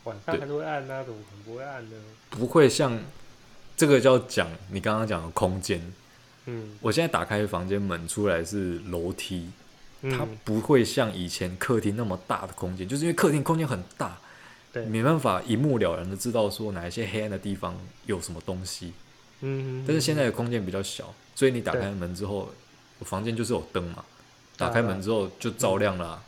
[SPEAKER 1] 晚上
[SPEAKER 2] 对
[SPEAKER 1] 还是会按啊，怎么可能不会按呢？
[SPEAKER 2] 不会像这个叫讲你刚刚讲的空间。
[SPEAKER 1] 嗯，
[SPEAKER 2] 我现在打开房间门出来是楼梯，它
[SPEAKER 1] 嗯
[SPEAKER 2] 不会像以前客厅那么大的空间，就是因为客厅空间很大，
[SPEAKER 1] 对
[SPEAKER 2] 没办法一目了然的知道说哪一些黑暗的地方有什么东西。
[SPEAKER 1] 嗯，
[SPEAKER 2] 但是现在的空间比较小，所以你打开门之后，我房间就是有灯嘛，打开门之后就照亮了啊、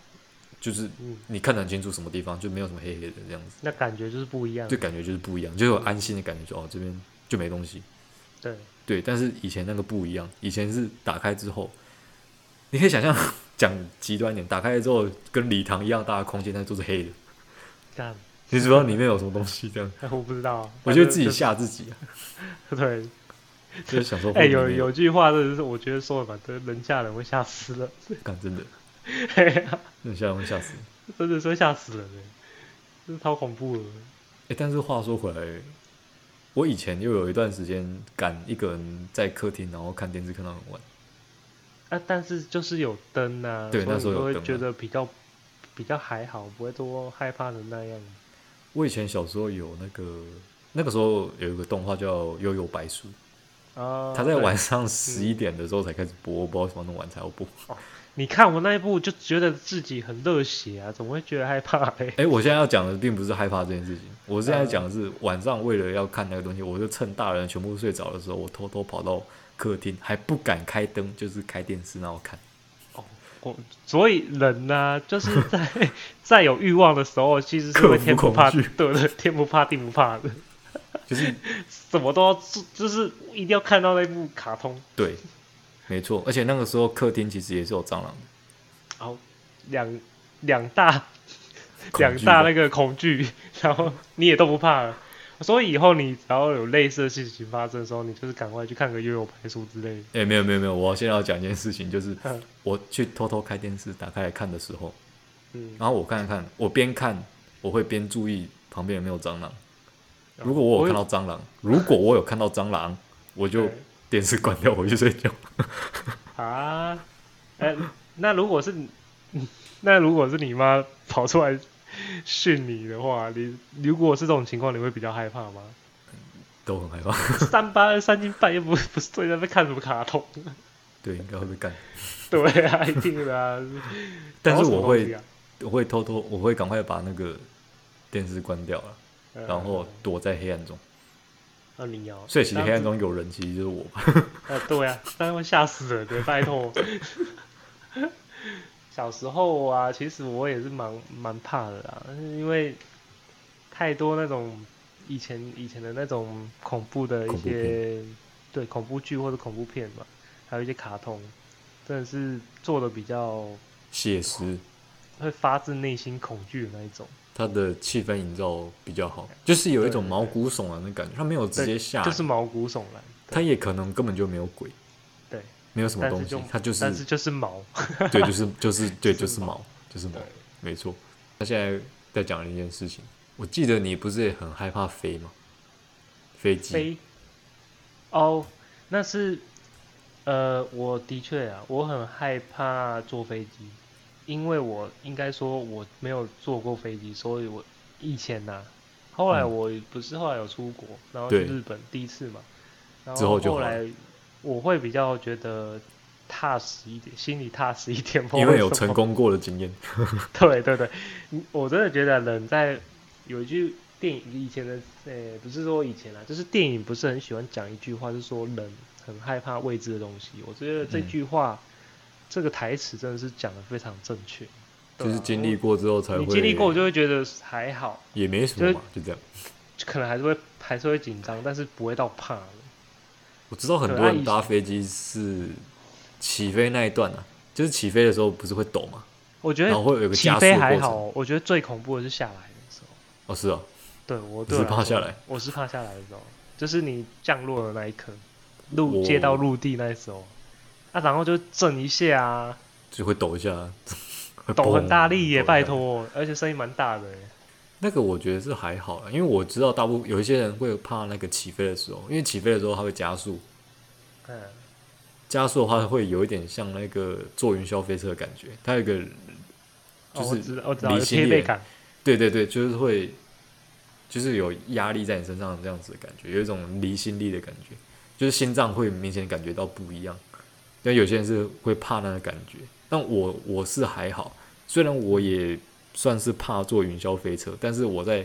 [SPEAKER 2] 就是
[SPEAKER 1] 嗯，
[SPEAKER 2] 你看得很清楚什么地方，就没有什么黑黑的这样子，
[SPEAKER 1] 那感觉就是不一样
[SPEAKER 2] 就。感觉就是不一样，就有安心的感觉，就哦这边就没东西。
[SPEAKER 1] 对，
[SPEAKER 2] 对，但是以前那个不一样，以前是打开之后，你可以想象 讲极端一点，打开之后跟礼堂一样大的空间，但是都是黑的，
[SPEAKER 1] 干，
[SPEAKER 2] 你知不知道里面有什么东西？这样，
[SPEAKER 1] 我不知道，
[SPEAKER 2] 我觉得自己吓自己、啊，
[SPEAKER 1] 反正就是。
[SPEAKER 2] 就是想说，
[SPEAKER 1] 对，哎，有有句话真的是，我觉得说的蛮真，人吓人会吓死人，
[SPEAKER 2] 干真的，
[SPEAKER 1] 嘿呀
[SPEAKER 2] 那吓人会吓死人。
[SPEAKER 1] 真的是会吓死人的，欸这是超恐怖的。
[SPEAKER 2] 哎、但是话说回来，我以前又有一段时间敢一个人在客厅，然后看电视看到很晚。
[SPEAKER 1] 啊，但是就是有灯啊，
[SPEAKER 2] 对
[SPEAKER 1] 所以
[SPEAKER 2] 那时候
[SPEAKER 1] 你就
[SPEAKER 2] 有
[SPEAKER 1] 会
[SPEAKER 2] 灯啊
[SPEAKER 1] 觉得比较比较还好，不会多害怕成那样。
[SPEAKER 2] 我以前小时候有那个，那个时候有一个动画叫《悠悠白书》，
[SPEAKER 1] 啊，
[SPEAKER 2] 它在
[SPEAKER 1] 对
[SPEAKER 2] 晚上十一点的时候才开始播，我不知道为什么那么晚才要播。
[SPEAKER 1] 你看我那一部就觉得自己很热血啊，怎么会觉得害怕欸嘞？
[SPEAKER 2] 哎、我现在要讲的并不是害怕这件事情，我现在讲的是晚上为了要看那个东西，我就趁大人全部睡着的时候，我偷偷跑到客厅，还不敢开灯，就是开电视然后看。
[SPEAKER 1] 我 所以人呢、就是在 在有欲望的时候，其实是会天不怕
[SPEAKER 2] 克服
[SPEAKER 1] 对
[SPEAKER 2] 恐
[SPEAKER 1] 对天不怕地不怕的，
[SPEAKER 2] 就是
[SPEAKER 1] 什么都要做就是一定要看到那部卡通，
[SPEAKER 2] 对，没错，而且那个时候客厅其实也是有蟑螂的。
[SPEAKER 1] 然后两两大两
[SPEAKER 2] 恐惧
[SPEAKER 1] 大
[SPEAKER 2] 吧
[SPEAKER 1] 那个恐惧，然后你也都不怕了。所以以后你只要有类似的事情发生的时候，你就是赶快去看个悠悠白书之类的。
[SPEAKER 2] 哎、没有没有没有，我现在要讲一件事情，就是
[SPEAKER 1] 嗯
[SPEAKER 2] 我去偷偷开电视打开来看的时候，
[SPEAKER 1] 嗯，
[SPEAKER 2] 然后我看一看，我边看我会边注意旁边有没有蟑螂。
[SPEAKER 1] 哦
[SPEAKER 2] 如果我有
[SPEAKER 1] 我
[SPEAKER 2] 看到蟑螂，如果我有看到蟑螂，我就
[SPEAKER 1] 对
[SPEAKER 2] 电视关掉，回去睡觉。
[SPEAKER 1] 啊，哎、那如果是你那如果是你妈跑出来训你的话，你如果是这种情况，你会比较害怕吗？
[SPEAKER 2] 都很害怕，
[SPEAKER 1] 三八二三更半夜不不是在那边看什么卡通？
[SPEAKER 2] 对，应该会被干。
[SPEAKER 1] 对啊，一定的啊。
[SPEAKER 2] 但是
[SPEAKER 1] 搞什么
[SPEAKER 2] 我会
[SPEAKER 1] 东西啊，
[SPEAKER 2] 我会偷偷，我会赶快把那个电视关掉了，
[SPEAKER 1] 呃
[SPEAKER 2] 然后躲在黑暗中。
[SPEAKER 1] 那你要，
[SPEAKER 2] 所以其实
[SPEAKER 1] 当
[SPEAKER 2] 黑暗中有人，其实就是我吧。
[SPEAKER 1] 呃，对啊，当然会吓死人的，拜托。小时候啊，其实我也是蛮蛮怕的啦，但是因为太多那种以前以前的那种恐怖的一
[SPEAKER 2] 恐怖
[SPEAKER 1] 些对恐怖剧或者恐怖片嘛，还有一些卡通，真的是做的比较
[SPEAKER 2] 写实，
[SPEAKER 1] 会发自内心恐惧的那一种。
[SPEAKER 2] 它的气氛营造比较好，就是有一种
[SPEAKER 1] 对对
[SPEAKER 2] 毛骨悚然的感觉。它没有直接吓你，
[SPEAKER 1] 就是毛骨悚然。
[SPEAKER 2] 它也可能根本就没有鬼，
[SPEAKER 1] 对，
[SPEAKER 2] 没有什么
[SPEAKER 1] 但
[SPEAKER 2] 东
[SPEAKER 1] 是
[SPEAKER 2] 西
[SPEAKER 1] 就，
[SPEAKER 2] 它就是
[SPEAKER 1] 但是就是毛。
[SPEAKER 2] 对， 就是就是对，
[SPEAKER 1] 就
[SPEAKER 2] 就是是
[SPEAKER 1] 毛
[SPEAKER 2] 毛，就是毛
[SPEAKER 1] 对，
[SPEAKER 2] 没错。他现在在讲一件事情，我记得你不是也很害怕飞吗？飞机，
[SPEAKER 1] 飞哦，那是呃，我的确啊，我很害怕坐飞机，因为我应该说我没有坐过飞机，所以我以前呐、后来
[SPEAKER 2] 嗯
[SPEAKER 1] 我不是后来有出国，然后去
[SPEAKER 2] 对
[SPEAKER 1] 日本第一次嘛，然
[SPEAKER 2] 之
[SPEAKER 1] 后
[SPEAKER 2] 后就
[SPEAKER 1] 后
[SPEAKER 2] 好
[SPEAKER 1] 来我会比较觉得踏实一点，心里踏实一点，不知道
[SPEAKER 2] 因为有
[SPEAKER 1] 什么
[SPEAKER 2] 成功过的经验，
[SPEAKER 1] 对对对，嗯我真的觉得人在有一句电影以前的，呃、不是说以前啦，就是电影不是很喜欢讲一句话，就是说人很害怕未知的东西。我觉得这
[SPEAKER 2] 嗯
[SPEAKER 1] 句话，这个台词真的是讲的非常正确。对
[SPEAKER 2] 就是
[SPEAKER 1] 啊
[SPEAKER 2] 经历
[SPEAKER 1] 我
[SPEAKER 2] 过之后才会。
[SPEAKER 1] 你经历过，我就会觉得还好，
[SPEAKER 2] 也没什么嘛，就这样。
[SPEAKER 1] 就可能还是会还是会紧张，但是不会到怕了。
[SPEAKER 2] 我知道很
[SPEAKER 1] 啊
[SPEAKER 2] 多人搭飞机是起飞那一段啊，就是起飞的时候不是会抖嘛，
[SPEAKER 1] 我觉
[SPEAKER 2] 然后
[SPEAKER 1] 得
[SPEAKER 2] 会有一个
[SPEAKER 1] 起
[SPEAKER 2] 加速
[SPEAKER 1] 飞
[SPEAKER 2] 的
[SPEAKER 1] 还
[SPEAKER 2] 过
[SPEAKER 1] 好
[SPEAKER 2] 程。
[SPEAKER 1] 哦，我觉得最恐怖的是下来的时候。
[SPEAKER 2] 哦，是啊，
[SPEAKER 1] 对我
[SPEAKER 2] 你
[SPEAKER 1] 对
[SPEAKER 2] 是
[SPEAKER 1] 我来
[SPEAKER 2] 趴下
[SPEAKER 1] 说
[SPEAKER 2] 来，
[SPEAKER 1] 我是怕下来的时候，就是你降落的那一刻，陆
[SPEAKER 2] 我
[SPEAKER 1] 接到陆地那时候，啊，然后就震一下啊，
[SPEAKER 2] 就会抖一下，会
[SPEAKER 1] 抖很大
[SPEAKER 2] 嘣
[SPEAKER 1] 力耶，
[SPEAKER 2] 抖一
[SPEAKER 1] 拜
[SPEAKER 2] 下
[SPEAKER 1] 托，而且声音蛮大的耶，
[SPEAKER 2] 那个我觉得是还好啦，因为我知道大部分有一些人会怕那个起飞的时候，因为起飞的时候它会加速，
[SPEAKER 1] 嗯，
[SPEAKER 2] 加速的话会有一点像那个坐云霄飞车的感觉，它有一个
[SPEAKER 1] 哦
[SPEAKER 2] 就
[SPEAKER 1] 我
[SPEAKER 2] 是
[SPEAKER 1] 知道，我知道，有
[SPEAKER 2] 离心
[SPEAKER 1] 贴
[SPEAKER 2] 力
[SPEAKER 1] 背
[SPEAKER 2] 的
[SPEAKER 1] 感，
[SPEAKER 2] 对对对，就是会就是有压力在你身上这样子的感觉，有一种离心力的感觉，就是心脏会明显感觉到不一样。但有些人是会怕那个感觉，但我我是还好，虽然我也算是怕坐云霄飞车，但是我在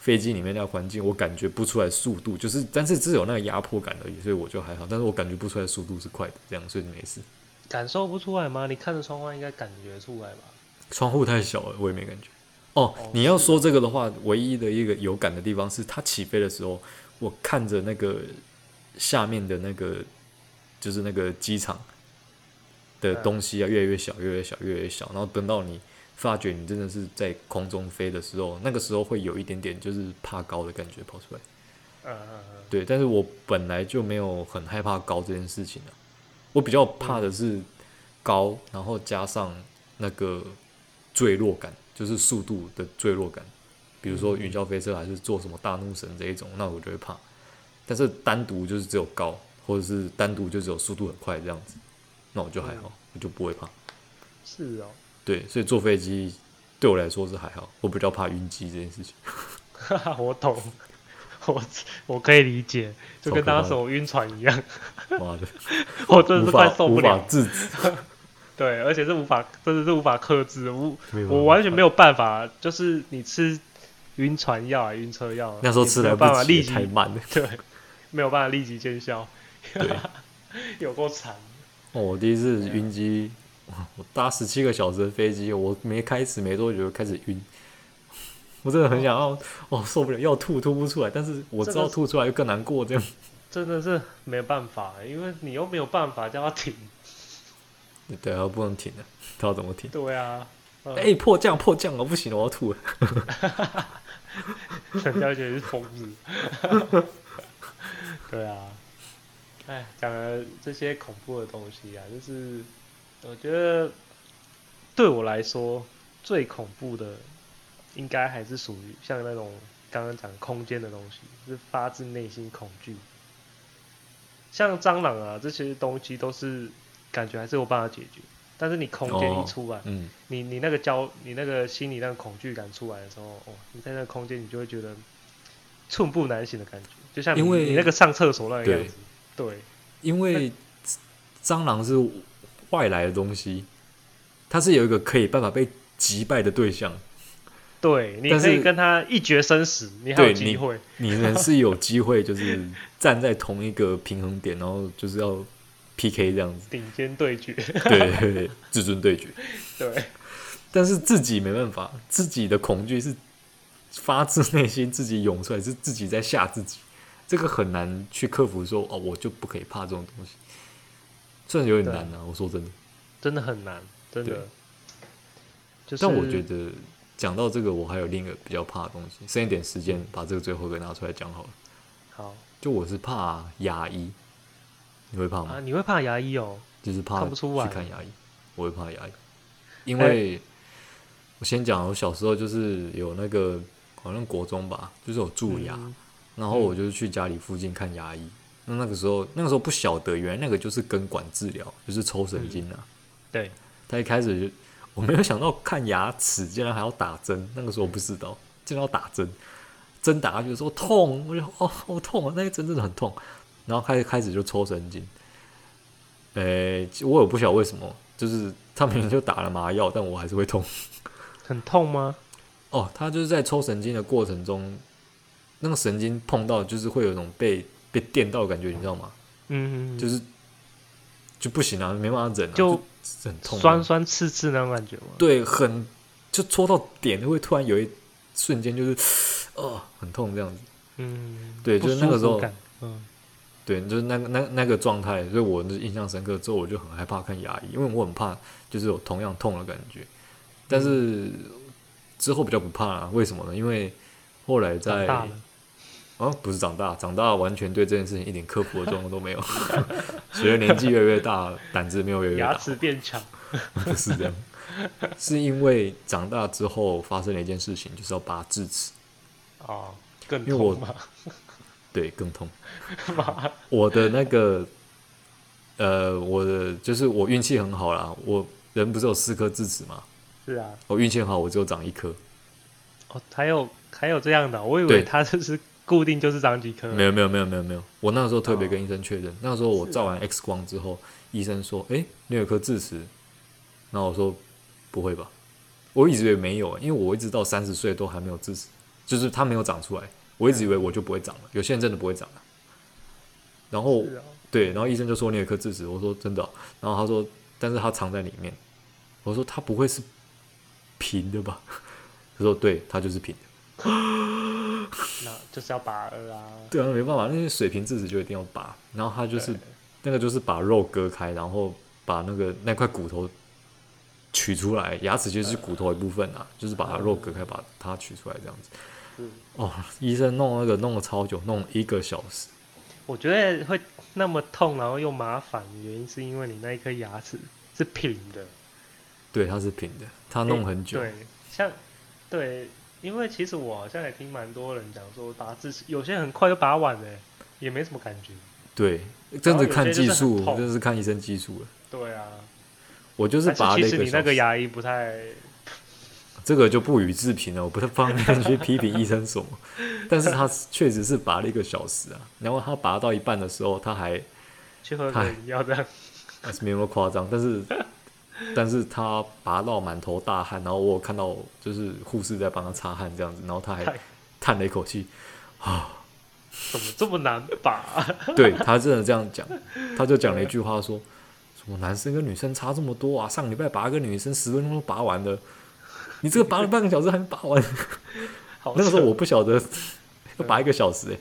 [SPEAKER 2] 飞机里面那个环境，我感觉不出来速度，就是但是只有那个压迫感而已，所以我就还好，但是我感觉不出来速度是快的，这样所以没事。
[SPEAKER 1] 感受不出来吗？你看着窗外应该感觉出来吧？
[SPEAKER 2] 窗户太小了，我也没感觉。哦
[SPEAKER 1] 哦，
[SPEAKER 2] 你要说这个的话，唯一的一个有感的地方是，它起飞的时候，我看着那个下面的那个，就是那个机场的
[SPEAKER 1] 嗯
[SPEAKER 2] 东西啊，越来越小，越来越小，越来越小。然后等到你发觉你真的是在空中飞的时候，那个时候会有一点点就是怕高的感觉跑出来。
[SPEAKER 1] 嗯嗯嗯，
[SPEAKER 2] 对，但是我本来就没有很害怕高这件事情啊，我比较怕的是高，然后加上那个坠落感，就是速度的坠落感，比如说
[SPEAKER 1] 嗯
[SPEAKER 2] 云霄飞车还是做什么大怒神这一种，那我就会怕。但是单独就是只有高，或者是单独就只有速度很快这样子，那我就还
[SPEAKER 1] 嗯
[SPEAKER 2] 好，我就不会怕。
[SPEAKER 1] 是哦，
[SPEAKER 2] 对，所以坐飞机对我来说是还好，我比较怕晕机这件 事情。
[SPEAKER 1] 哈哈，哦 我懂，我我可以理解，就
[SPEAKER 2] 超
[SPEAKER 1] 跟
[SPEAKER 2] 可
[SPEAKER 1] 当
[SPEAKER 2] 怕
[SPEAKER 1] 时我晕船一样，
[SPEAKER 2] 妈的，
[SPEAKER 1] 我真的
[SPEAKER 2] 无
[SPEAKER 1] 是快
[SPEAKER 2] 法
[SPEAKER 1] 受
[SPEAKER 2] 无
[SPEAKER 1] 不
[SPEAKER 2] 法
[SPEAKER 1] 了，
[SPEAKER 2] 制止，
[SPEAKER 1] 对，而且是无法，真的是无法克制，无
[SPEAKER 2] 没有办
[SPEAKER 1] 我
[SPEAKER 2] 法
[SPEAKER 1] 完全没有办法，就是你吃晕船药啊、晕车药啊，
[SPEAKER 2] 那时候
[SPEAKER 1] 你
[SPEAKER 2] 吃
[SPEAKER 1] 没
[SPEAKER 2] 来
[SPEAKER 1] 有
[SPEAKER 2] 不
[SPEAKER 1] 办法立
[SPEAKER 2] 及，
[SPEAKER 1] 即
[SPEAKER 2] 太慢了。
[SPEAKER 1] 对，没有办法立即见效，
[SPEAKER 2] 对，
[SPEAKER 1] 有够惨。
[SPEAKER 2] 哦，我第一次晕机，哇我搭十七个小时的飞机，我没开始没多久就开始晕，我真的很想要，哦，受不了，要吐吐不出来，但是我知
[SPEAKER 1] 这
[SPEAKER 2] 道
[SPEAKER 1] 个是
[SPEAKER 2] 吐出来又更难过， 这样
[SPEAKER 1] 真的是没有办法，因为你又没有办法叫他停。
[SPEAKER 2] 啊对啊，不能停的，他要怎么停？
[SPEAKER 1] 对啊，嗯
[SPEAKER 2] 哎、迫降迫降了，不行了，我要吐了。
[SPEAKER 1] 陈小姐是疯子。对啊，哎，讲了这些恐怖的东西啊，就是我觉得对我来说最恐怖的，应该还是属于像那种刚刚讲空间的东西，是发自内心恐惧。像蟑螂啊这些东西都是感觉还是有办法解决，但是你空间
[SPEAKER 2] 哦
[SPEAKER 1] 一出来，
[SPEAKER 2] 嗯，
[SPEAKER 1] 你你那个焦，你那个心里那个恐惧感出来的时候，哦，你在那个空间，你就会觉得寸步难行的感觉，就像你
[SPEAKER 2] 因为
[SPEAKER 1] 你那个上厕所那个
[SPEAKER 2] 对
[SPEAKER 1] 样子。对，
[SPEAKER 2] 因为蟑螂是外来的东西，它是有一个可以办法被击败的对象，
[SPEAKER 1] 对，你
[SPEAKER 2] 但
[SPEAKER 1] 可以
[SPEAKER 2] 是
[SPEAKER 1] 跟他一决生死，你还有
[SPEAKER 2] 对
[SPEAKER 1] 机
[SPEAKER 2] 你
[SPEAKER 1] 会。
[SPEAKER 2] 你人是有机会就是站在同一个平衡点，然后就是要 PK 这样子，
[SPEAKER 1] 顶尖对决，
[SPEAKER 2] 对对对对，至尊对决。
[SPEAKER 1] 对
[SPEAKER 2] 但是自己没办法，自己的恐惧是发自内心自己涌出来，是自己在吓自己，这个很难去克服说。哦，我就不可以怕这种东西，虽然有点难啊，我说真的。
[SPEAKER 1] 真的很难，真
[SPEAKER 2] 对
[SPEAKER 1] 的。就是，
[SPEAKER 2] 但我觉得讲到这个，我还有另一个比较怕的东西，剩一点时间把这个最后一个拿出来讲好了。
[SPEAKER 1] 好
[SPEAKER 2] 就我是怕牙医，你会怕吗？
[SPEAKER 1] 啊，你会怕牙医哦，
[SPEAKER 2] 就是怕
[SPEAKER 1] 看不出来哎
[SPEAKER 2] 去看牙医，我会怕牙医，因为、我先讲，我小时候就是有那个好像国中吧，就是有蛀牙，
[SPEAKER 1] 嗯
[SPEAKER 2] 然后我就是去家里附近看牙医。那那个时候，那个时候不晓得，原来那个就是根管治疗，就是抽神经啊。
[SPEAKER 1] 对，
[SPEAKER 2] 他一开始就我没有想到看牙齿竟然还要打针，那个时候我不知道，竟然要打针，针打下去的时候痛，我就哦好痛啊，那个针真的很痛，然后开始开始就抽神经，呃、我也不晓得为什么，就是他明明就打了麻药，但我还是会痛。
[SPEAKER 1] 很痛吗？
[SPEAKER 2] 哦，他就是在抽神经的过程中，那个神经碰到就是会有一种被被电到的感觉，你知道吗？
[SPEAKER 1] 嗯，嗯嗯
[SPEAKER 2] 就是就不行啊，没办法忍、啊，
[SPEAKER 1] 就
[SPEAKER 2] 就很痛啊、
[SPEAKER 1] 酸酸刺刺那种感觉吗？
[SPEAKER 2] 对，很就戳到点，就会突然有一瞬间就是哦，很痛这样子。
[SPEAKER 1] 嗯，
[SPEAKER 2] 对
[SPEAKER 1] 不
[SPEAKER 2] 就是那
[SPEAKER 1] 舒
[SPEAKER 2] 个
[SPEAKER 1] 服
[SPEAKER 2] 时候
[SPEAKER 1] 感，嗯，
[SPEAKER 2] 对，就是那个那那个状态，所以我就是印象深刻。之后我就很害怕看牙医，因为我很怕就是有同样痛的感觉。但是之后比较不怕了、为什么呢？因为后来
[SPEAKER 1] 长
[SPEAKER 2] 在
[SPEAKER 1] 大了，
[SPEAKER 2] 啊，不是长大，长大完全对这件事情一点克服的状况都没有。 随着年纪越来越大，胆子没有越来越
[SPEAKER 1] 牙
[SPEAKER 2] 大，
[SPEAKER 1] 齿变强，
[SPEAKER 2] 不是这样，是因为长大之后发生了一件事情，就是要拔智齿。
[SPEAKER 1] 哦，更
[SPEAKER 2] 因为我
[SPEAKER 1] 痛嘛，
[SPEAKER 2] 对，更痛。我的那个，呃，我的就是我运气很好啦，我人不是有四颗智齿嘛，
[SPEAKER 1] 是啊，
[SPEAKER 2] 我运气很好，我只有长一颗，
[SPEAKER 1] 哦，还有还有这样的哦，我以为
[SPEAKER 2] 对
[SPEAKER 1] 它就是固定就是长几颗，
[SPEAKER 2] 没有没有没有没有没有，我那时候特别
[SPEAKER 1] 嗯哦
[SPEAKER 2] 跟医生确认，那时候我
[SPEAKER 1] 是
[SPEAKER 2] 照
[SPEAKER 1] 啊
[SPEAKER 2] 完 X 光之后，医生说，诶，你有一颗智齿，然后我说不会吧，我一直以为没有，因为我一直到三十岁都还没有智齿，就是它没有长出来，我一直以为我就不会长了，有些人真的不会长了，然后
[SPEAKER 1] 是啊，
[SPEAKER 2] 对，然后医生就说你有一颗智齿，我说真的哦、然后他说，但是它藏在里面，我说它不会是平的吧？他说对，它就是平的，
[SPEAKER 1] 那就是要拔了啊，
[SPEAKER 2] 对啊，没办法，那些水平智齿就一定要拔，然后他就是
[SPEAKER 1] 对
[SPEAKER 2] 那个就是把肉割开，然后把那个那块骨头取出来，牙齿就是骨头一部分啊，就是把它肉割开，把它取出来这样子。
[SPEAKER 1] 是
[SPEAKER 2] 哦，医生弄那个弄了超久，弄了一个小时。
[SPEAKER 1] 我觉得会那么痛，然后又麻烦，原因是因为你那一颗牙齿是平的，
[SPEAKER 2] 对，它是平的，它弄很久。
[SPEAKER 1] 对，像对，因为其实我好像也听蛮多人讲说拔智齿，有些人很快就拔完了，也没什么感觉，
[SPEAKER 2] 对，真的看技
[SPEAKER 1] 然后有些就是
[SPEAKER 2] 术
[SPEAKER 1] 很，痛
[SPEAKER 2] 真的是看医生技术了。
[SPEAKER 1] 对啊，
[SPEAKER 2] 我就是拔
[SPEAKER 1] 但
[SPEAKER 2] 了
[SPEAKER 1] 是
[SPEAKER 2] 一
[SPEAKER 1] 其实
[SPEAKER 2] 个
[SPEAKER 1] 你那
[SPEAKER 2] 小
[SPEAKER 1] 个
[SPEAKER 2] 时，
[SPEAKER 1] 牙医不太，
[SPEAKER 2] 这个就不予置评了，我不太方便去批评医生什么。但是他确实是拔了一个小时啊， 然后他拔到一半的时候，他还
[SPEAKER 1] 去喝
[SPEAKER 2] 太
[SPEAKER 1] 个饮料这样，
[SPEAKER 2] 还是没有那么夸张，但是但是他拔到满头大汗，然后我有看到就是护士在帮他擦汗这样子，然后他还
[SPEAKER 1] 太
[SPEAKER 2] 叹了一口气，
[SPEAKER 1] 怎么这么难拔？啊
[SPEAKER 2] 对他真的这样讲，他就讲了一句话说：“什么男生跟女生差这么多啊？上礼拜拔个女生十分钟都拔完了，你这个拔了半个小时还没拔完。”
[SPEAKER 1] 好
[SPEAKER 2] 那个时候
[SPEAKER 1] 扯
[SPEAKER 2] 我不晓 得要拔一个小时、欸，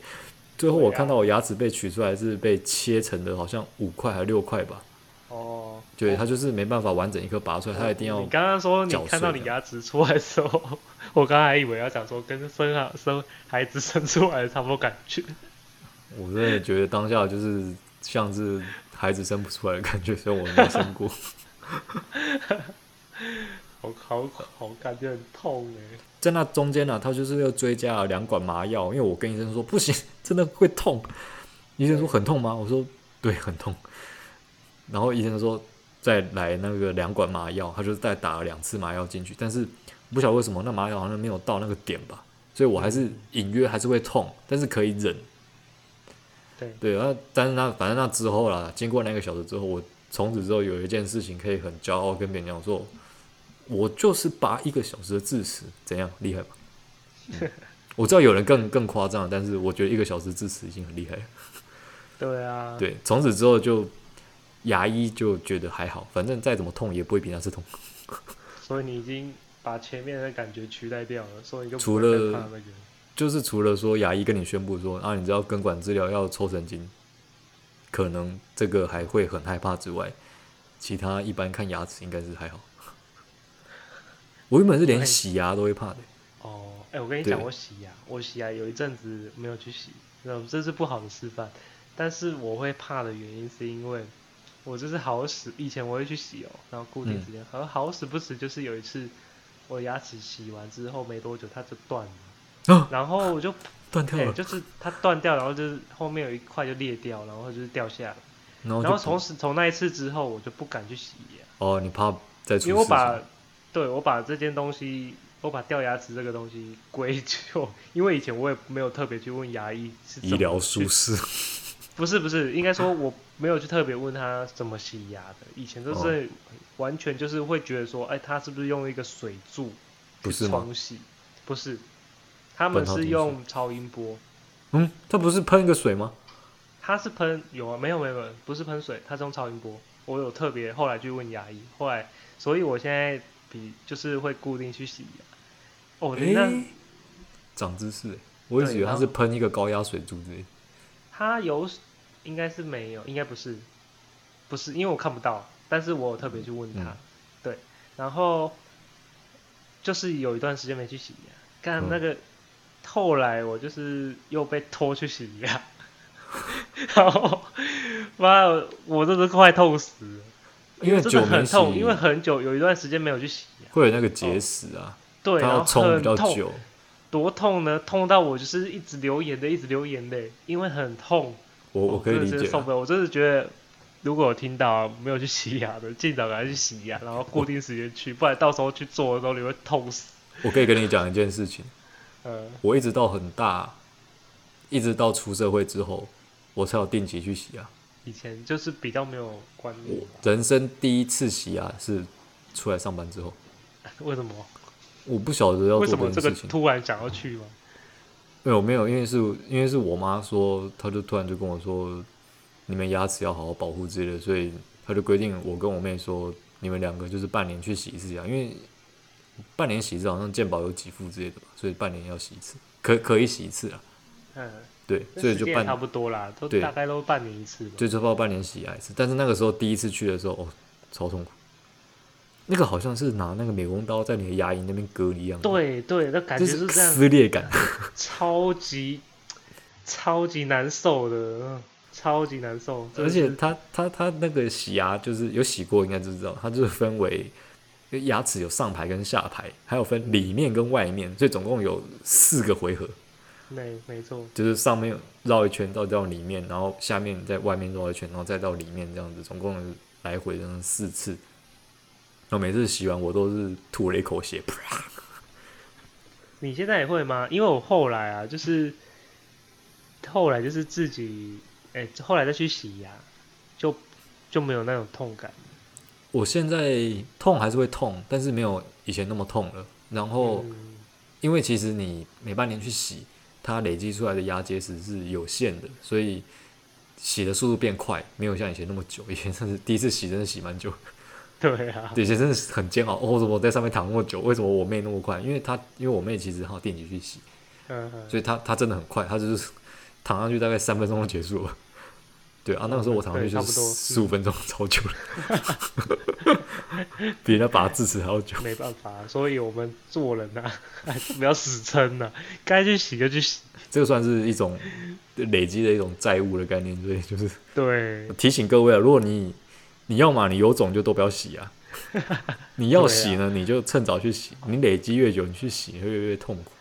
[SPEAKER 2] 最后我
[SPEAKER 1] 对啊
[SPEAKER 2] 看到我牙齿被取出来是被切成的，好像五块还六块吧，
[SPEAKER 1] 哦，
[SPEAKER 2] 对，它就是没办法完整一颗拔出来，它一定要
[SPEAKER 1] 你刚刚说你
[SPEAKER 2] 绞碎
[SPEAKER 1] 看到你
[SPEAKER 2] 的
[SPEAKER 1] 牙齿出来的时候， 我刚才还以为要讲说跟生啊生孩子生出来的差不多感觉。
[SPEAKER 2] 我真的觉得当下就是像是孩子生不出来的感觉，虽然我没生过。
[SPEAKER 1] 好好好，感觉很痛哎。
[SPEAKER 2] 在那中间呢、他就是又追加了两管麻药，因为我跟医生说不行，真的会痛。医生说很痛吗？我说对，很痛。然后医生说再来那个两管麻药，他就再打了两次麻药进去，但是不晓得为什么那麻药好像没有到那个点吧，所以我还是隐约还是会痛，但是可以忍。
[SPEAKER 1] 对
[SPEAKER 2] 对，那但是那反正那之后啦，经过那个小时之后，我从此之后有一件事情可以很骄傲跟别人讲说，我就是拔一个小时的智齿，怎样厉害吧？嗯我知道有人更更夸张，但是我觉得一个小时智齿已经很厉害了。
[SPEAKER 1] 对啊，
[SPEAKER 2] 对，从此之后就牙医就觉得还好，反正再怎么痛也不会比那次痛。
[SPEAKER 1] 所以你已经把前面的感觉取代掉了，所以你就不
[SPEAKER 2] 除
[SPEAKER 1] 会再
[SPEAKER 2] 了
[SPEAKER 1] 怕那个。
[SPEAKER 2] 就是除了说牙医跟你宣布说啊，你只要根管治疗要抽神经，可能这个还会很害怕之外，其他一般看牙齿应该是还好。我原本是连洗牙都会怕的，
[SPEAKER 1] 哦，哎、我跟你讲，
[SPEAKER 2] 对
[SPEAKER 1] 我洗牙，我洗牙有一阵子没有去洗，那这是不好的示范。但是我会怕的原因是因为我就是好死，以前我会去洗哦，然后固定
[SPEAKER 2] 嗯
[SPEAKER 1] 时间，好、像好死不死就是有一次我牙齿洗完之后没多久它就断了，
[SPEAKER 2] 啊
[SPEAKER 1] 然后我就
[SPEAKER 2] 断掉
[SPEAKER 1] 哎、
[SPEAKER 2] 了，
[SPEAKER 1] 就是它断掉，然后就是后面有一块就裂掉，然后就是掉下来，
[SPEAKER 2] 然后
[SPEAKER 1] 然后
[SPEAKER 2] 哦就
[SPEAKER 1] 从此从那一次之后我就不敢去洗牙。
[SPEAKER 2] 哦，你怕再出事
[SPEAKER 1] 因为我
[SPEAKER 2] 情
[SPEAKER 1] 把对我把这件东西，我把掉牙齿这个东西归咎，因为以前我也没有特别去问牙医是怎
[SPEAKER 2] 医
[SPEAKER 1] 么
[SPEAKER 2] 疗
[SPEAKER 1] 去
[SPEAKER 2] 疏，失，
[SPEAKER 1] 不是不是，应该说我没有去特别问他怎么洗牙的，以前都
[SPEAKER 2] 哦
[SPEAKER 1] 是完全就是会觉得说，哎，他是不是用一个水柱
[SPEAKER 2] 不是
[SPEAKER 1] 去
[SPEAKER 2] 吗？
[SPEAKER 1] 冲洗？不是，他
[SPEAKER 2] 不
[SPEAKER 1] 们
[SPEAKER 2] 然他怎
[SPEAKER 1] 是
[SPEAKER 2] 么
[SPEAKER 1] 用超音波，
[SPEAKER 2] 嗯，他不是喷一个水吗？
[SPEAKER 1] 他是喷有啊，没有没有没有，不是喷水，他是用超音波。我有特别后来去问牙医，后来，所以我现在比就是会固定去洗牙。哦，你那、
[SPEAKER 2] 诶长知识欸，我一直
[SPEAKER 1] 对
[SPEAKER 2] 以为他
[SPEAKER 1] 然
[SPEAKER 2] 是
[SPEAKER 1] 后
[SPEAKER 2] 喷一个高压水柱之类的。
[SPEAKER 1] 他有应该是没有，应该不是，不是，因为我看不到，但是我有特别去问他，
[SPEAKER 2] 嗯
[SPEAKER 1] 对，然后就是有一段时间没去洗牙，干
[SPEAKER 2] 嗯
[SPEAKER 1] 那个，后来我就是又被拖去洗牙， 然后妈，我真是快痛死了。
[SPEAKER 2] 因为
[SPEAKER 1] 真
[SPEAKER 2] 久
[SPEAKER 1] 的
[SPEAKER 2] 没
[SPEAKER 1] 很
[SPEAKER 2] 洗，
[SPEAKER 1] 痛，因为很久有一段时间没有去洗牙，
[SPEAKER 2] 会有那个结石
[SPEAKER 1] 哦
[SPEAKER 2] 啊，
[SPEAKER 1] 对，
[SPEAKER 2] 它
[SPEAKER 1] 然
[SPEAKER 2] 要
[SPEAKER 1] 后
[SPEAKER 2] 冲
[SPEAKER 1] 很
[SPEAKER 2] 比较
[SPEAKER 1] 痛，
[SPEAKER 2] 久。
[SPEAKER 1] 多痛呢？痛到我就是一直流眼泪，一直流眼泪，因为很痛，
[SPEAKER 2] 我我可以
[SPEAKER 1] 哦真的
[SPEAKER 2] 理
[SPEAKER 1] 是
[SPEAKER 2] 解
[SPEAKER 1] 受
[SPEAKER 2] 啊，
[SPEAKER 1] 不了。我真的觉得，如果有听到、啊、没有去洗牙的，尽早赶快去洗牙，然后固定时间去，不然到时候去做的时候你会痛死。
[SPEAKER 2] 我可以跟你讲一件事情，
[SPEAKER 1] 呃，
[SPEAKER 2] 我一直到很大，一直到出社会之后，我才有定期去洗牙。
[SPEAKER 1] 以前就是比较没有观念
[SPEAKER 2] 我
[SPEAKER 1] 吧，
[SPEAKER 2] 人生第一次洗牙是出来上班之后，
[SPEAKER 1] 为什么？
[SPEAKER 2] 我不晓得要
[SPEAKER 1] 为
[SPEAKER 2] 做
[SPEAKER 1] 什么这
[SPEAKER 2] 这
[SPEAKER 1] 个
[SPEAKER 2] 件事情。
[SPEAKER 1] 突然想要去吗？
[SPEAKER 2] 没有没有，因为是因为是我妈说，她就突然就跟我说，你们牙齿要好好保护之类的，所以她就规定我跟我妹说，你们两个就是半年去洗一次牙，因为半年洗一次好像健保有给付之类的吧，所以半年要洗一次，可可以洗一次啊，
[SPEAKER 1] 嗯，
[SPEAKER 2] 对，
[SPEAKER 1] 那
[SPEAKER 2] 所以
[SPEAKER 1] 时
[SPEAKER 2] 就
[SPEAKER 1] 间也
[SPEAKER 2] 半
[SPEAKER 1] 差不多啦，都
[SPEAKER 2] 对
[SPEAKER 1] 大概都半年一次吧。
[SPEAKER 2] 就差不多半年洗牙一次，啊但是那个时候第一次去的时候，哦，超痛苦，那个好像是拿那个美工刀在你的牙龈那边割一样，，
[SPEAKER 1] 对对，那感
[SPEAKER 2] 就
[SPEAKER 1] 觉是这样，
[SPEAKER 2] 撕裂感，
[SPEAKER 1] 超级超级难受的，嗯超级难受。真
[SPEAKER 2] 而
[SPEAKER 1] 的是
[SPEAKER 2] 且它它它那个洗牙就是有洗过，应该就知道，它就是分为牙齿有上排跟下排，还有分里面跟外面，所以总共有四个回合，
[SPEAKER 1] 没没错，
[SPEAKER 2] 就是上面绕一圈到到里面，然后下面在外面绕一圈，然后再到里面这样子，总共来回这样四次。然后每次洗完我都是吐了一口血，啪！
[SPEAKER 1] 你现在也会吗？因为我后来啊，就是后来就是自己，哎、后来再去洗牙，就就没有那种痛感。
[SPEAKER 2] 我现在痛还是会痛，但是没有以前那么痛了。然后
[SPEAKER 1] 嗯
[SPEAKER 2] 因为其实你每半年去洗，它累积出来的牙结石是有限的，所以洗的速度变快，没有像以前那么久。以前真是第一次洗，真的洗蛮 久，
[SPEAKER 1] 对啊，
[SPEAKER 2] 以前真的是很煎熬。哦，为什么我在上面躺那么久？为什么我妹那么快？因为她因为我妹其实她有定期去洗，
[SPEAKER 1] 嗯，嗯
[SPEAKER 2] 所以她她真的很快，她就是躺上去大概三分钟就结束了。 对啊，那个时候我常常
[SPEAKER 1] 哦对
[SPEAKER 2] 就
[SPEAKER 1] 差不多嗯
[SPEAKER 2] 是十五分钟，超久了， 比人家拔智齿还要久。
[SPEAKER 1] 没办法，所以我们做人呐、还 是不要死撑呐、啊该去洗就去洗。
[SPEAKER 2] 这个算是一种累积的一种债务的概念，所以就是
[SPEAKER 1] 对，
[SPEAKER 2] 提醒各位啊，如果你你要嘛你有种就都不要洗啊，你要洗呢、你就趁早去洗，你累积越久你去洗会越来越痛苦。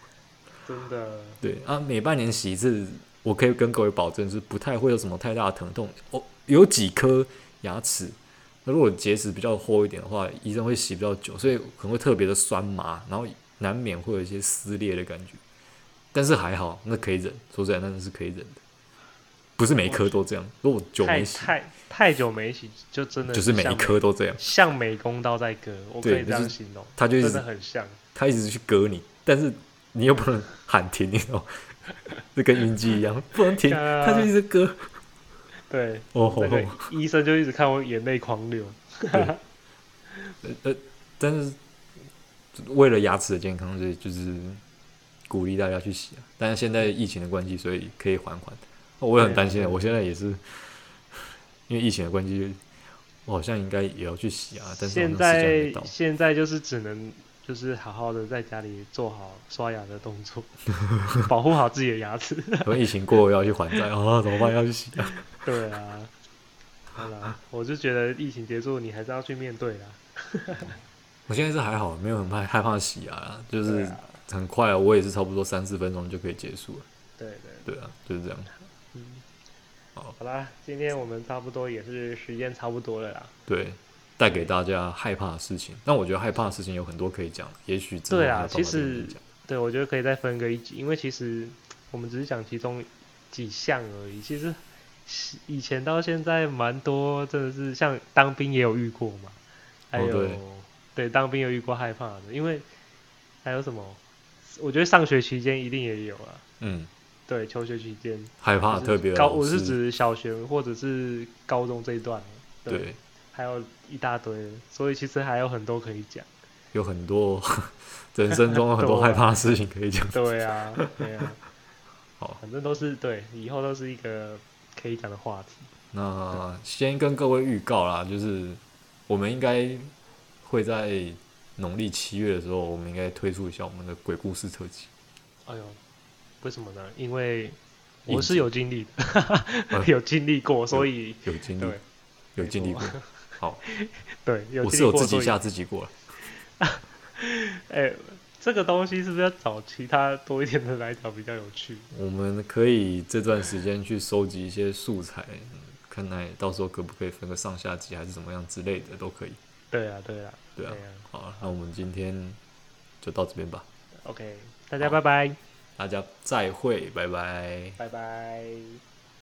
[SPEAKER 1] 真的，
[SPEAKER 2] 对啊，每半年洗一次，我可以跟各位保证是不太会有什么太大的疼痛。哦，有几颗牙齿，那如果结石比较厚一点的话，医生会洗比较久，所以可能会特别的酸麻，然后难免会有一些撕裂的感觉。但是还好，那可以忍，说实在那是可以忍的，不是每一颗都这样。如果久
[SPEAKER 1] 太
[SPEAKER 2] 没洗，
[SPEAKER 1] 太太久没洗，就真的
[SPEAKER 2] 就是每一
[SPEAKER 1] 像
[SPEAKER 2] 颗都这样，
[SPEAKER 1] 像美工刀在割，我可
[SPEAKER 2] 对
[SPEAKER 1] 以这
[SPEAKER 2] 就是
[SPEAKER 1] 样形容，
[SPEAKER 2] 他就一
[SPEAKER 1] 真
[SPEAKER 2] 直
[SPEAKER 1] 的很像。
[SPEAKER 2] 他一直去割你，但是你又不能喊停，你知道吗？ 就跟晕机一样，不能 停，他就一直割。
[SPEAKER 1] 对，
[SPEAKER 2] 哦啊吼
[SPEAKER 1] 那
[SPEAKER 2] 吼
[SPEAKER 1] 个！医生就一直看我眼泪狂流。
[SPEAKER 2] 呃，但是为了牙齿的健康，所以就是鼓励大家去洗啊。但是现在疫情的关系，所以可以缓缓。我也很担心啊，我现在也是因为疫情的关系，我好像应该也要去洗啊，但是
[SPEAKER 1] 现
[SPEAKER 2] 好像时间还
[SPEAKER 1] 在
[SPEAKER 2] 没到。
[SPEAKER 1] 现在就是只能就是好好的在家里做好刷牙的动作， 保护好自己的牙齿。
[SPEAKER 2] 可能疫情过后要去还债啊，怎么办？要去洗啊？
[SPEAKER 1] 对啊，好啦，我就觉得疫情结束，你还是要去面对啦。
[SPEAKER 2] 我现在是还好，没有很害害怕洗牙啊，就
[SPEAKER 1] 对
[SPEAKER 2] 是
[SPEAKER 1] 啊，
[SPEAKER 2] 很快啊，我也是差不多三四分钟就可以结束了。
[SPEAKER 1] 对对，
[SPEAKER 2] 对啊，就是这样。
[SPEAKER 1] 嗯，
[SPEAKER 2] 好
[SPEAKER 1] 好啦，今天我们差不多也是时间差不多了啦。
[SPEAKER 2] 对，带给大家害怕的事情。但我觉得害怕的事情有很多可以讲，也许之后
[SPEAKER 1] 对啊
[SPEAKER 2] 还有办法
[SPEAKER 1] 其实
[SPEAKER 2] 再讲
[SPEAKER 1] 对，我觉得可以再分个一集，因为其实我们只是讲其中几项而已。其实是以前到现在蛮多，真的是像当兵也有遇过嘛，还
[SPEAKER 2] 哦
[SPEAKER 1] 有、
[SPEAKER 2] 对
[SPEAKER 1] 对当兵有遇过害怕的，因为还有什么？我觉得上学期间一定也有啊。
[SPEAKER 2] 嗯，
[SPEAKER 1] 对，求学期间，
[SPEAKER 2] 害怕
[SPEAKER 1] 就是
[SPEAKER 2] 啊特别的哦
[SPEAKER 1] 高，
[SPEAKER 2] 老
[SPEAKER 1] 我是
[SPEAKER 2] 师
[SPEAKER 1] 指小学或者是高中这一段，
[SPEAKER 2] 对，
[SPEAKER 1] 还有一大堆，所以其实还有很多可以讲。
[SPEAKER 2] 有很多 人生中有很多害怕的事情可以 讲。
[SPEAKER 1] 对啊，对啊，
[SPEAKER 2] 好，
[SPEAKER 1] 反正都是对，以后都是一个可以讲的话题。
[SPEAKER 2] 那先跟各位预告啦，就是我们应该会在农历七月的时候，我们应该推出一下我们的鬼故事特辑。
[SPEAKER 1] 哎呦，为什么呢？因为
[SPEAKER 2] 应
[SPEAKER 1] 我是
[SPEAKER 2] 景
[SPEAKER 1] 有经历的， 有经历过，所以
[SPEAKER 2] 有经历
[SPEAKER 1] 对，
[SPEAKER 2] 有经历
[SPEAKER 1] 没
[SPEAKER 2] 过。好，
[SPEAKER 1] 对有
[SPEAKER 2] 我是
[SPEAKER 1] 经历
[SPEAKER 2] 有
[SPEAKER 1] 过，
[SPEAKER 2] 自己
[SPEAKER 1] 所以
[SPEAKER 2] 吓自己过了。
[SPEAKER 1] 哎，这个东西是不是要找其他多一点的来讲比较有趣？
[SPEAKER 2] 我们可以这段时间去收集一些素材，嗯看来到时候可不可以分个上下集，还是怎么样之类的都可以。
[SPEAKER 1] 对啊，对啊，对
[SPEAKER 2] 对啊，
[SPEAKER 1] 啊。
[SPEAKER 2] 好，那我们今天就到这边吧，
[SPEAKER 1] OK，大家
[SPEAKER 2] 好
[SPEAKER 1] 拜拜，
[SPEAKER 2] 大家再会，拜拜。
[SPEAKER 1] 拜拜。